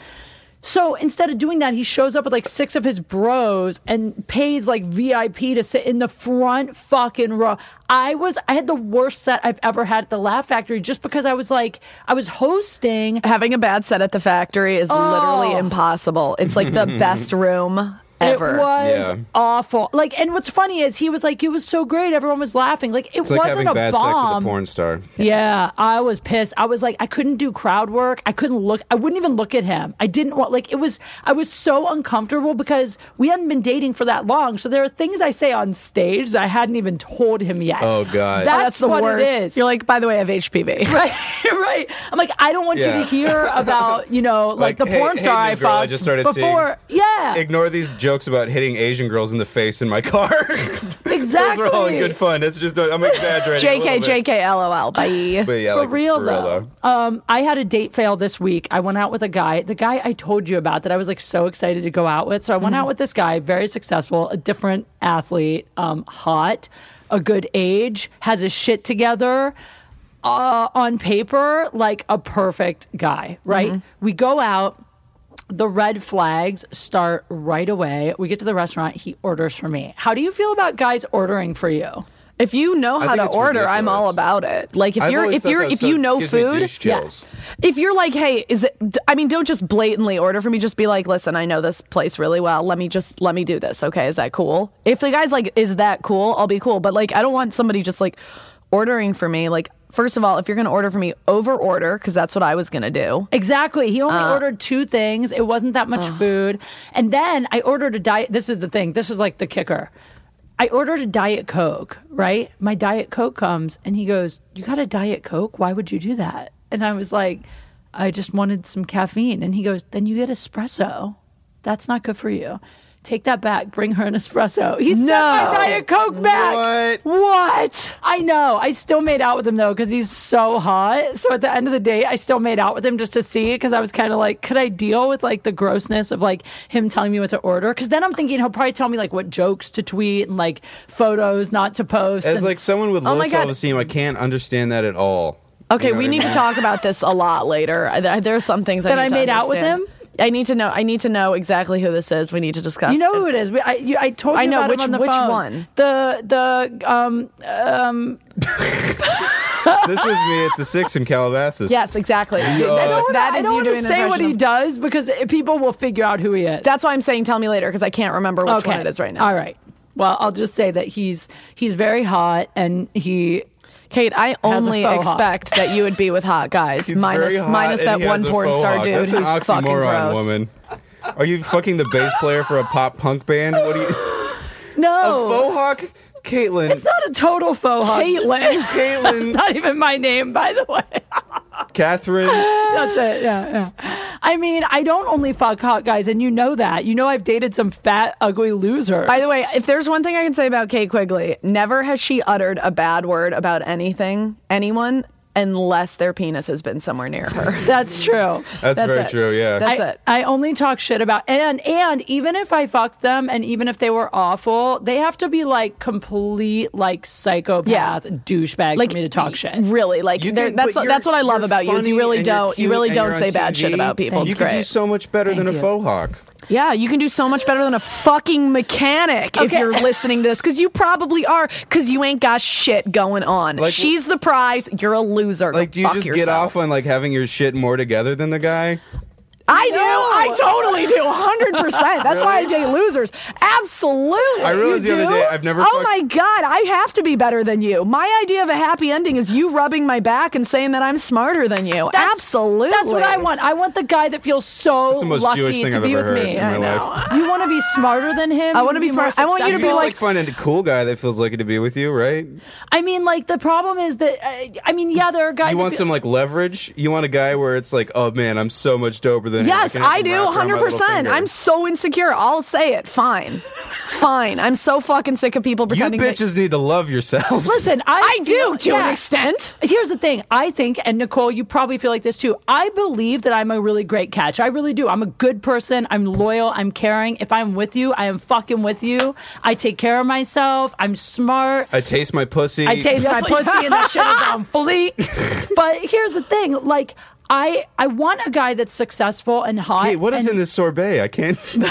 S2: So instead of doing that, he shows up with like six of his bros and pays like VIP to sit in the front fucking row. I was, I had the worst set I've ever had at the Laugh Factory just because I was like, I was hosting.
S1: Having a bad set at the factory is literally impossible. It's like the best room ever.
S2: Oh. It was
S3: Yeah.
S2: awful. Like, and what's funny is he was like, it was so great. Everyone was laughing. Like, it
S3: It's like
S2: wasn't
S3: having
S2: a
S3: bad sex with
S2: bomb.
S3: a porn star.
S2: Yeah, I was pissed. I was like, I couldn't do crowd work. I couldn't look. I wouldn't even look at him. I didn't want, like, it was, I was so uncomfortable because we hadn't been dating for that long. So there are things I say on stage that I hadn't even told him yet.
S3: Oh,
S2: That's,
S3: God.
S1: Oh, that's the
S2: what
S1: worst.
S2: it is.
S1: You're like, by the way, I have HPV.
S2: right, right. I'm like, I don't want
S3: Yeah.
S2: you to hear about, you know, like,
S3: Like,
S2: the
S3: hey-
S2: porn
S3: hey,
S2: star
S3: new
S2: I
S3: girl,
S2: fucked
S3: I just started seeing-
S2: before. Yeah,
S3: Ignore these jokes about hitting Asian girls in the face in my car. Those
S2: exactly.
S3: are all in good fun. That's just I'm exaggerating. a
S1: JK,
S3: little bit.
S1: JK, LOL. Bye.
S3: But yeah,
S2: for
S3: like,
S2: real though,
S3: though.
S2: um, I had a date fail this week. I went out with a guy, the guy I told you about that I was like so excited to go out with. So I went
S3: Mm-hmm.
S2: out with this guy, very successful, a different athlete, um, hot, a good age, has his shit together. Uh, on paper, like a perfect guy, right?
S3: Mm-hmm.
S2: We go out the red flags start right away. We get to the restaurant. He orders for me. How do you feel about guys ordering for you?
S1: If you know how
S3: think
S1: to
S3: it's
S1: order, I'm all
S3: ridiculous.
S1: about it. Like if
S3: I've
S1: you're
S3: always
S1: if
S3: thought
S1: you're
S3: that was
S1: if
S3: so-
S1: you know
S3: gives me
S1: food,
S3: douche
S2: Yeah.
S3: chills.
S1: if you're like, hey, is it? d- I mean, don't just blatantly order for me. Just be like, listen, I know this place really well. Let me just let me do this. Okay, is that cool? If the guy's like, is that cool? I'll be cool. But like, I don't want somebody just like ordering for me. Like, first of all, if you're gonna order for me, over order because that's what I was gonna do.
S2: Exactly. He only ordered two things. It wasn't that much food. And then I ordered a diet. This is the thing. This is like the kicker. I ordered a diet coke. Right. My diet coke comes, and he goes, "You got a diet coke? Why would you do that?" And I was like, "I just wanted some caffeine." And he goes, "Then you get espresso. That's not good for you." Take that back. Bring her an espresso. He sent my
S1: No.
S2: Diet Coke back. What? What? I know. I still made out with him though because he's so hot. So at the end of the day, I still made out with him just to see because I was kind of like, could I deal with like the grossness of like him telling me what to order? Because then I'm thinking he'll probably tell me like what jokes to tweet and like photos not to post.
S3: As
S2: and-
S3: like someone with low
S1: Oh my God.
S3: self esteem, I can't understand that at all.
S1: Okay,
S3: You know
S1: we
S3: what I
S1: need to
S3: mean?
S1: talk about this a lot later. I- I- There are some things
S2: That
S1: I need
S2: I
S1: to
S2: made out with
S1: understand.
S2: him?
S1: I need to know. I need to know exactly who this is. We need to discuss.
S2: You know
S1: it.
S2: who it is. We- I, you, I told you
S1: I know
S2: about him
S1: which-
S2: on the
S1: which
S2: phone.
S1: one?
S2: The the um
S3: This was me at the six in Calabasas.
S1: Yes, exactly.
S2: I don't
S1: That's,
S2: wanna-
S1: Uh, that
S2: I
S1: is
S2: don't
S1: you
S2: wanna
S1: doing an
S2: say what
S1: impression
S2: he
S1: of-
S2: does because it- people will figure out who he is.
S1: That's why I'm saying tell me later because I can't remember which one it is right now.
S2: All right. Well, I'll just say that he's he's very hot and he
S1: Kate, I
S2: a
S1: only
S2: faux hawk.
S1: expect that you would be with hot guys,
S3: It's
S1: minus-
S3: very hot
S1: minus
S3: and
S1: that
S3: he
S1: one
S3: has a
S1: porn
S3: faux
S1: star
S3: hawk.
S1: dude
S3: That's an
S1: who's fucking
S3: oxymoron,
S1: gross.
S3: woman. Are you fucking the bass player for a pop punk band? What do you?
S2: no,
S3: Faux hawk, Caitlin.
S2: it's not a total faux hawk.
S1: Caitlin,
S3: Caitlin,
S2: Not even my name, by the way.
S3: Catherine.
S2: That's it. Yeah, yeah. I mean, I don't only fuck hot guys, and you know that. You know, I've dated some fat, ugly losers.
S1: By the way, if there's one thing I can say about Kate Quigley, never has she uttered a bad word about anything, anyone, unless their penis has been somewhere near her.
S2: that's true.
S3: That's,
S1: That's
S3: very
S1: it.
S3: true. Yeah.
S1: That's-
S2: I,
S1: it.
S2: I only talk shit about and and even if I fucked them and even if they were awful, they have to be like complete like psychopath
S1: Yeah.
S2: douchebag
S1: Like,
S2: for me to talk shit.
S1: Really, like
S3: You
S1: there-
S3: can-
S1: that's
S3: but you're-
S1: that's what I love
S3: you're
S1: about you is you
S3: funny
S1: really
S3: and you're
S1: don't you
S3: cute
S1: really
S3: and
S1: don't
S3: you're
S1: say
S3: on
S1: bad shit
S3: TV.
S1: about people.
S2: Thank
S1: It's
S3: you could do
S1: great.
S3: so much better than a
S2: you.
S3: faux hawk.
S1: Yeah, you can do so much better than a fucking mechanic if
S2: Okay.
S1: you're listening to this because you probably are because you ain't got shit going on.
S3: Like-
S1: She's the prize. You're a loser. Go
S3: Like, do you
S1: fuck
S3: just
S1: yourself.
S3: get off on like having your shit more together than the guy?
S1: I do.
S2: No.
S1: I totally do. 100%. That's why I date losers. Absolutely.
S3: I realized
S1: You
S3: the other
S1: do?
S3: day, I've never
S1: Oh
S3: fucked-
S1: my God. I have to be better than you. My idea of a happy ending is you rubbing my back and saying that I'm smarter than you.
S2: That's-
S1: Absolutely.
S2: That's what I want. I want the guy that feels so
S3: the most
S2: lucky
S3: Jewish thing
S2: to
S3: I've
S2: be
S3: ever
S2: with
S3: heard
S2: me.
S3: in my
S2: I
S3: life.
S2: know. You want to be smarter than him.
S1: I wanna
S2: You
S1: be
S2: more
S1: smart- I want you to
S3: You
S1: be
S2: successful.
S3: just
S1: like-
S3: like finding a cool guy that feels like it to be with you, right?
S2: I mean, like the problem is that uh, I mean, yeah, there are guys.
S3: You
S2: that
S3: want
S2: feel-
S3: some like leverage. You want a guy where it's like, oh man, I'm so much doper than. him.
S1: Yes,
S3: can have
S1: I
S3: him
S1: do.
S3: wrapped around my little
S1: 100%.
S3: finger."
S1: I'm so insecure. I'll say it. Fine. Fine. I'm so fucking sick of people
S3: You
S1: pretending. that-
S3: bitches need to love yourselves.
S2: Listen, I,
S1: I
S2: feel-
S1: do to
S2: yeah.
S1: an extent.
S2: Here's the thing. I think, and Nicole, you probably feel like this too. I believe that I'm a really great catch. I really do. I'm a good person. I'm loyal. I'm caring. If I'm with you, I am fucking with you. I take care of myself. I'm smart.
S3: I taste my pussy.
S2: I taste my
S1: Yes, like-
S2: pussy and that shit is on fleek. But here's the thing. Like, I I want a guy that's successful and hot.
S3: Hey, what is
S2: and-
S3: in this sorbet? I can't.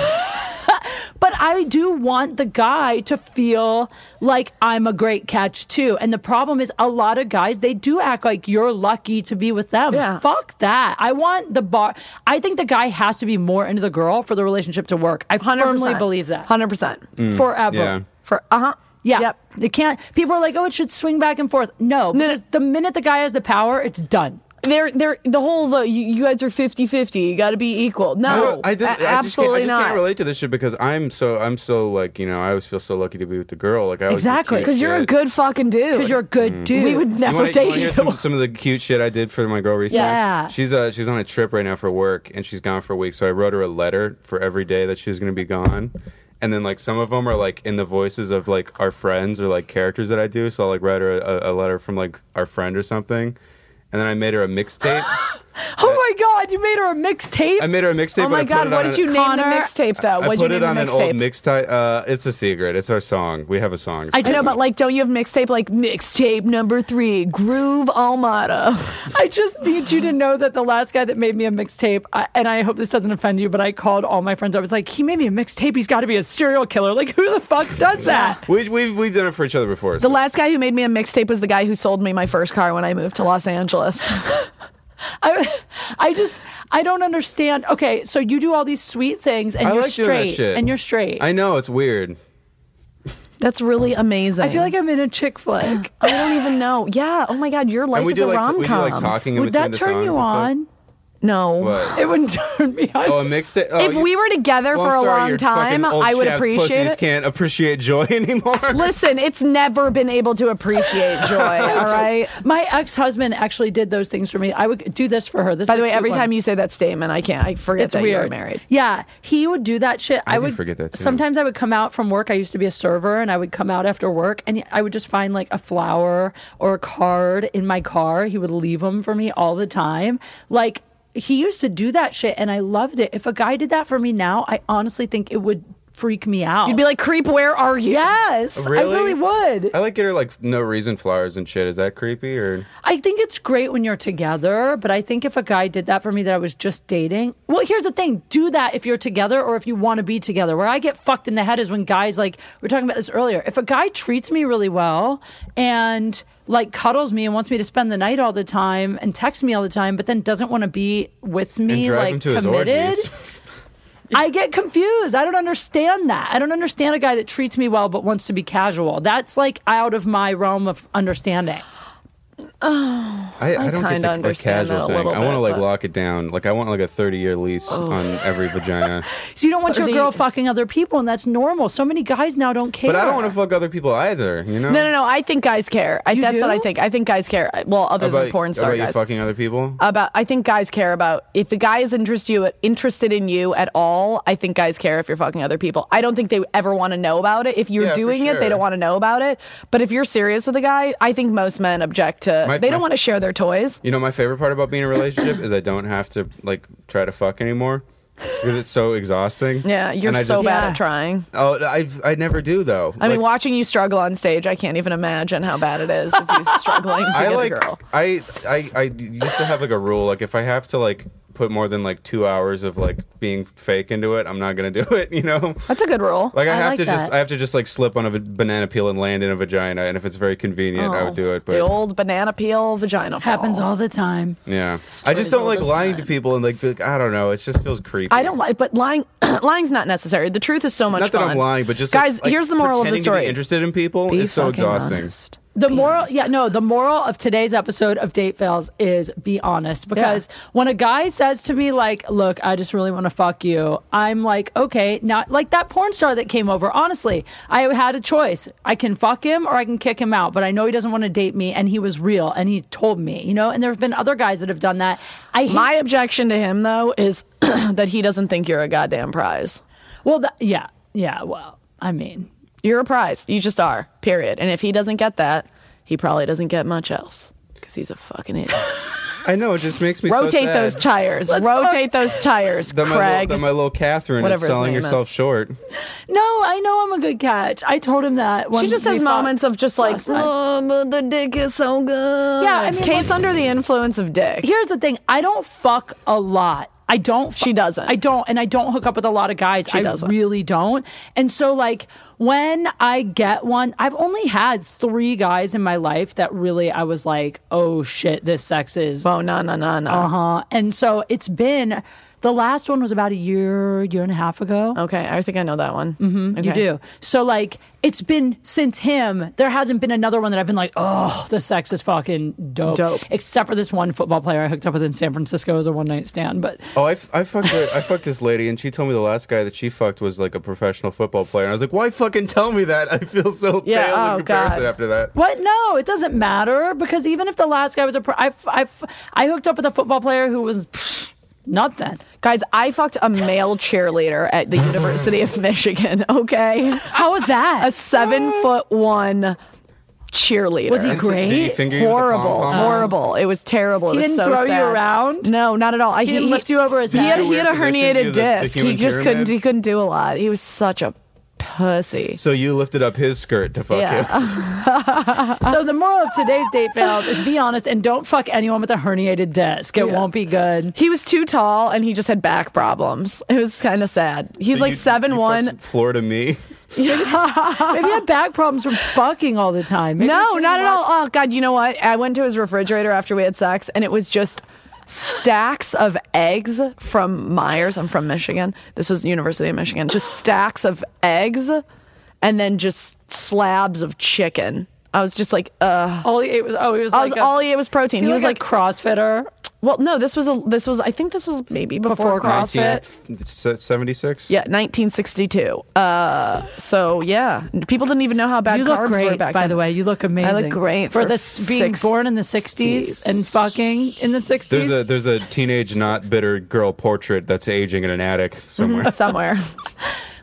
S2: But I do want the guy to feel like I'm a great catch too. And the problem is, a lot of guys they do act like you're lucky to be with them.
S1: Yeah.
S2: Fuck that. I want the bar. I think the guy has to be more into the girl for the relationship to work. I
S1: 100%.
S2: firmly believe that
S1: 100%.
S3: Mm.
S2: forever.
S3: yeah.
S1: For, uh huh.
S2: Yeah.
S1: Yep.
S2: It can't. People are like, oh, it should swing back and forth.
S1: no.
S2: No, because the minute the guy has the power, it's done.
S1: They're, they're, the whole, the, you, you guys are 50 50. You got to be equal.
S3: I
S1: No,
S3: don't- I just,
S1: a-
S3: I just can't-
S1: absolutely
S3: I just
S1: not.
S3: can't relate to this shit because I'm so I'm so like you know I always feel so lucky to be with the girl. Like I always do
S2: Exactly.
S3: cute
S1: Because you're a
S3: shit.
S1: good fucking dude.
S2: Because you're a good dude.
S1: We would
S3: You
S1: never
S3: wanna- you wanna
S1: date
S3: hear
S1: you. Oh
S3: Some, some of the cute shit I did for my girl recently.
S2: Yeah.
S3: She's uh she's on a trip right now for work and she's gone for a week. So I wrote her a letter for every day that she was gonna be gone. And then like some of them are like in the voices of like our friends or like characters that I do. So I like write her a, a letter from like our friend or something. And then I made her a mixtape.
S2: Oh my God, you made her a mixtape.
S3: I made her a mixtape.
S1: oh my
S3: and I put
S1: God.
S3: it
S1: What
S3: on
S1: did
S3: an-
S1: you name the
S2: Connor,
S1: mixtape, though?
S3: I
S1: What
S3: put
S1: did you
S3: it
S1: name
S3: on
S1: the
S3: an old
S1: mixtape?
S3: mixtape. Uh, it's a secret. It's our song. We have a song.
S2: I
S1: I know, but like, don't you have mixtape like mixtape number three, Groove Almada?
S2: I just need you to know that the last guy that made me a mixtape, I, and I hope this doesn't offend you, but I called all my friends. I was like, he made me a mixtape. He's got to be a serial killer. Like, who the fuck does that?
S3: we, we've we've done it for each other before.
S1: The last guy who made me a mixtape was the guy who sold me my first car when I moved to Los Angeles.
S2: I, I just, I don't understand. Okay, so you do all these sweet things, and
S3: I
S2: you're
S3: like doing
S2: straight,
S3: that shit.
S2: and you're straight.
S3: I know it's weird.
S1: That's really amazing.
S2: I feel like I'm in a chick flick.
S1: I don't even know. Yeah. Oh my God, your life
S3: and we
S1: is
S3: do
S1: a
S3: like t-
S1: rom
S3: we do like
S1: com.
S3: talking. in
S2: Would that
S3: between the
S2: turn
S3: songs
S2: you
S3: and stuff.
S2: on?
S1: No.
S3: What?
S2: It wouldn't turn me on.
S3: Oh, a mixtape. Oh,
S1: if
S3: you-
S1: we were together
S3: well,
S1: for
S3: I'm
S1: a
S3: sorry,
S1: long
S3: your fucking
S1: time,
S3: old
S1: I would
S3: chapped
S1: appreciate
S3: pussies
S1: it.
S3: Can't appreciate joy anymore.
S1: Listen, it's never been able to appreciate joy. all right.
S2: My ex-husband actually did those things for me. I would do this for her. This
S1: By
S2: is
S1: the
S2: a
S1: way,
S2: cute
S1: every
S2: one.
S1: time you say that statement, I can't. I forget
S2: it's
S1: that
S2: weird.
S1: you were married.
S2: Yeah, he would do that shit. I,
S3: do
S2: would
S3: forget that, too.
S2: Sometimes I would come out from work. I used to be a server, and I would come out after work, and I would just find like a flower or a card in my car. He would leave them for me all the time. Like he used to do that shit, and I loved it. If a guy did that for me now, I honestly think it would freak me out.
S1: You'd be like, "Creep, where are you?"
S2: yes,
S3: Really?
S2: I really would.
S3: I like get her like no reason flowers and shit. Is that creepy or?
S2: I think it's great when you're together, but I think if a guy did that for me that I was just dating, well, here's the thing do that if you're together or if you want to be together. Where I get fucked in the head is when guys, like, we are talking about this earlier. If a guy treats me really well and like cuddles me and wants me to spend the night all the time and texts me all the time, but then doesn't want to be with me,
S3: And drive
S2: like
S3: him to his
S2: committed.
S3: orgies.
S2: I get confused. I don't understand that. I don't understand a guy that treats me well but wants to be casual. That's like out of my realm of understanding.
S3: I, I, don't get
S1: kinda
S3: the, the
S1: understand
S3: casual
S1: that a
S3: thing.
S1: little
S3: I want to
S1: bit,
S3: like
S1: but-
S3: lock it down. Like I want like a thirty-year lease on every vagina.
S2: So you don't want your
S1: 30
S2: girl fucking other people, and that's normal. So many guys now don't care.
S3: But I don't want to fuck other people either. You know.
S1: No, no, no. I think guys care. I, that's what
S2: do?
S1: I think. I think guys care. Well, other
S3: About,
S1: than porn star
S3: about you
S1: guys. Uh,
S3: fucking other people.
S1: about I think guys care about if a guy is interest you interested in you at all. I think guys care if you're fucking other people. I don't think they ever want to know about it. If you're
S3: Yeah, for
S1: doing it, they
S3: sure.
S1: don't want to know about it. But if you're serious with a guy, I think most men object to.
S3: My-
S1: they don't
S3: my-
S1: want to share their toys.
S3: You know, my favorite part about being in a relationship is I don't have to like try to fuck anymore because it's so exhausting.
S1: Yeah, you're
S3: And I
S1: so
S3: just-
S1: bad
S2: Yeah.
S1: at trying.
S3: Oh, I I never do though.
S1: I mean,
S3: Like,
S1: watching you struggle on stage, I can't even imagine how bad it is if you're struggling to
S3: I
S1: get
S3: like
S1: a girl.
S3: I, I I used to have like a rule like if I have to like put more than like two hours of like being fake into it, I'm not gonna do it. You know.
S1: That's a good rule.
S3: Like I,
S2: I
S3: have
S2: like
S3: to just,
S2: that.
S3: I have to just like slip on a v- banana peel and land in a vagina, and if it's very convenient, I would do it.
S1: Oh, the
S3: But
S1: old banana peel vagina fall.
S2: Happens all the time.
S3: yeah, I just don't like lying to people, and like, the- I don't know, it just feels creepy.
S1: I don't like, but lying, lying's not necessary. The truth is so much
S3: Not that
S1: fun.
S3: I'm lying, but just like-
S1: guys,
S3: like,
S1: here's the moral of the
S3: pretending to be
S1: story.
S3: interested in people
S1: Be
S3: is so
S1: fucking
S3: exhausting.
S1: honest.
S2: The moral, yeah, no, the moral of today's episode of Date Fails is be honest because when a guy says to me, like, look, I just really want to fuck you, I'm like, okay, not like that porn star that came over. Honestly, I had a choice. I can fuck him or I can kick him out, but I know he doesn't want to date me and he was real and he told me, you know, and there have been other guys that have done that. I hate,
S1: My objection to him though is that he doesn't think you're a goddamn prize.
S2: well, th- yeah, yeah, well, I mean,
S1: You're a prize. You just are. Period. And if he doesn't get that, he probably doesn't get much else because he's a fucking idiot.
S3: I know it just makes me so
S1: Rotate
S3: sad
S1: those tires. Rotate those tires,
S3: That my, little,
S1: Craig.
S3: that my little Catherine
S1: Whatever
S3: is
S1: his
S3: selling
S1: name
S3: herself
S1: is.
S3: short.
S2: no, I know I'm a good catch. I told him that. When
S1: she just
S2: we
S1: has
S2: fucked
S1: moments of just like,
S2: last night.
S1: "Oh, but the dick is so good.
S2: Yeah, I mean,
S1: Kate's under the influence of dick.
S2: here's the thing i don't fuck a lot i don't fu-
S1: She doesn't.
S2: i don't and i don't hook up with a lot of guys i
S1: doesn't.
S2: really don't and so like when i get one i've only had three guys in my life that really i was like oh shit this sex is
S1: Oh no no no no.
S2: uh-huh and so it's been the last one was about a year year and a half ago
S1: Okay, I think I know that one. Mm-hmm.
S2: Mm, you do. So like it's been since him, there hasn't been another one that I've been like, oh, the sex is fucking dope.
S1: Dope.
S2: Except for this one football player I hooked up with in San Francisco as a one night stand. But
S3: Oh, I, f- I fucked her- I fucked this lady, and she told me the last guy that she fucked was like a professional football player, and I was like, why fucking tell me that? I feel so
S1: Yeah,
S3: pale
S1: oh,
S3: in comparison
S1: God.
S3: after that.
S2: what? No, it doesn't matter because even if the last guy was a pro, I, f- I, f- I hooked up with a football player who was pfft, nothing.
S1: Guys, I fucked a male cheerleader at the University of Michigan. Okay,
S2: How was that?
S1: a seven foot one cheerleader.
S2: Was he
S3: Did he
S2: Great.
S3: finger you with the
S1: Horrible, Uh,
S3: pom-pom?
S1: horrible. It was terrible. It
S2: He
S1: was
S2: didn't
S1: so
S2: throw you
S1: sad.
S2: around?
S1: No, not at all. He,
S2: didn't lift you over his
S1: he
S2: head?
S1: Had, he had a
S3: Weird positions,
S1: herniated
S3: you the- the
S1: disc. he
S3: human
S1: just couldn't.
S3: pyramid?
S1: He couldn't do a lot. He was such a pussy.
S3: So you lifted up his skirt to fuck
S1: Yeah.
S3: him.
S2: so the moral of today's date fails is be honest and don't fuck anyone with a herniated disc. It won't be good.
S1: He was too tall and he just had back problems. It was kind of sad. He's
S3: So
S1: like
S3: you-
S1: seven
S3: you
S1: one.
S3: fucked Florida me.
S2: Maybe I have back problems from fucking all the time. Maybe
S1: No,
S2: it's
S1: not at
S2: lots-
S1: all. Oh God, you know what? I went to his refrigerator after we had sex, and it was just stacks of eggs from Myers. I'm from Michigan. This was University of Michigan. Just stacks of eggs, and then just slabs of chicken. I was just like, uh.
S2: All he ate was oh, he was
S1: I was
S2: like a-
S1: all he ate was protein.
S2: seemed
S1: He was
S2: like
S1: like,
S2: a CrossFitter.
S1: Well, no, this was a this was I think this was maybe before,
S2: Before
S1: CrossFit.
S3: Seventy six.
S1: Yeah, 1962. Uh, so yeah, people didn't even know how bad
S2: you
S1: carbs
S2: look great,
S1: were back
S2: by
S1: then.
S2: the way. You look amazing.
S1: great
S2: for,
S1: for
S2: this being
S1: six-
S2: born in the '60s and fucking in the '60s.
S3: There's a there's a teenage not bitter girl portrait that's aging in an attic somewhere.
S1: Somewhere.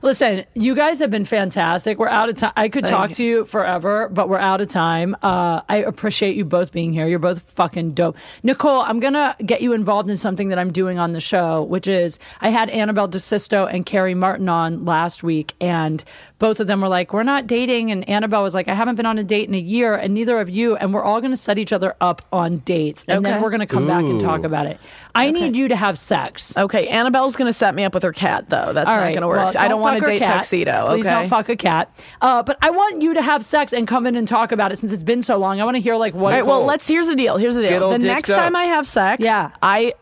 S2: Listen, you guys have been fantastic. We're out of time. I could talk
S1: you.
S2: to you forever, but we're out of time. Uh, I appreciate you both being here. You're both fucking dope. Nicole, I'm going to get you involved in something that I'm doing on the show, which is I had Annabelle DeSisto and Carrie Martin on last week, and both of them were like, We're not dating. And Annabelle was like, I haven't been on a date in a year, and neither of you. And we're all going to set each other up on dates. And then
S1: Okay.
S2: we're going to come back and talk
S3: Ooh.
S2: about it. I need you to have sex.
S1: Okay, Annabelle's gonna set me up with her cat though. That's
S2: All
S1: not
S2: right,
S1: gonna work.
S2: well,
S1: I don't
S2: fuck
S1: want to
S2: her
S1: date
S2: cat.
S1: tuxedo.
S2: Please
S1: okay.
S2: don't fuck a cat. Uh, but I want you to have sex and come in and talk about it since it's been so long. I want to hear like what.
S1: All right. Well,
S3: Nicole.
S1: let's. Here's the deal. Here's the deal.
S3: all
S1: The
S3: dicked
S1: next time
S3: up.
S1: I have sex,
S2: Yeah.
S1: I,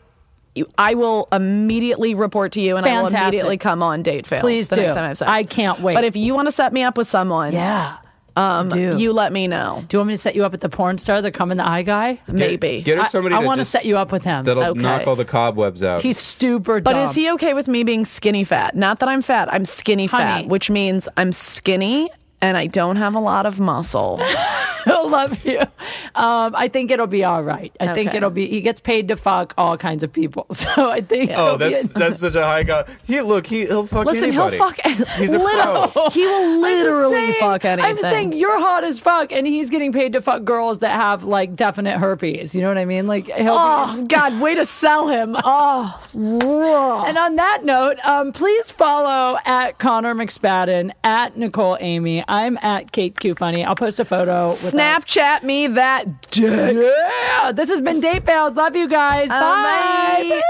S1: you- I will immediately report to you, and I will
S2: Fantastic.
S1: immediately come on date fails.
S2: Please
S1: the
S2: do.
S1: Next time I have sex,
S2: I can't wait.
S1: But if you want to set me up with someone,
S2: yeah.
S1: um,
S2: do.
S1: you let me know.
S2: Do you want me to set you up at the porn star, the come in the eye guy?
S1: Maybe.
S3: Get her somebody.
S2: I,
S3: that
S2: want to
S3: just-
S2: set you up with him. Uh,
S3: That'll
S1: Okay.
S3: knock all the cobwebs out.
S2: He's super dumb.
S1: but is he okay with me being skinny fat? Not that I'm fat. I'm skinny
S2: Honey.
S1: fat, which means I'm skinny and I don't have a lot of muscle.
S2: He'll love you. Um, I think it'll be all right. I think
S1: Okay.
S2: it'll be. He gets paid to fuck all kinds of people, so I think.
S3: oh,
S2: it'll be
S3: that's
S2: a-
S3: that's such a high guy. He look. He he'll fuck
S1: Listen,
S3: anybody.
S1: he'll fuck.
S3: He's a
S1: literal-
S3: pro.
S1: He will literally
S2: Oh. I'm saying-
S1: fuck anything.
S2: I'm saying you're hot as fuck, and he's getting paid to fuck girls that have like definite herpes. You know what I mean? Like, he'll be
S1: Oh God! Way to sell him. Oh, whoa.
S2: And on that note, um, please follow at Connor McSpadden, at Nicole Amy. I'm at Kate Q Funny. I'll post a photo. With us.
S1: Snapchat me that dick. Oh,
S2: Yeah. This has been Date Fails. Love you guys.
S1: bye. ah,
S2: Bye.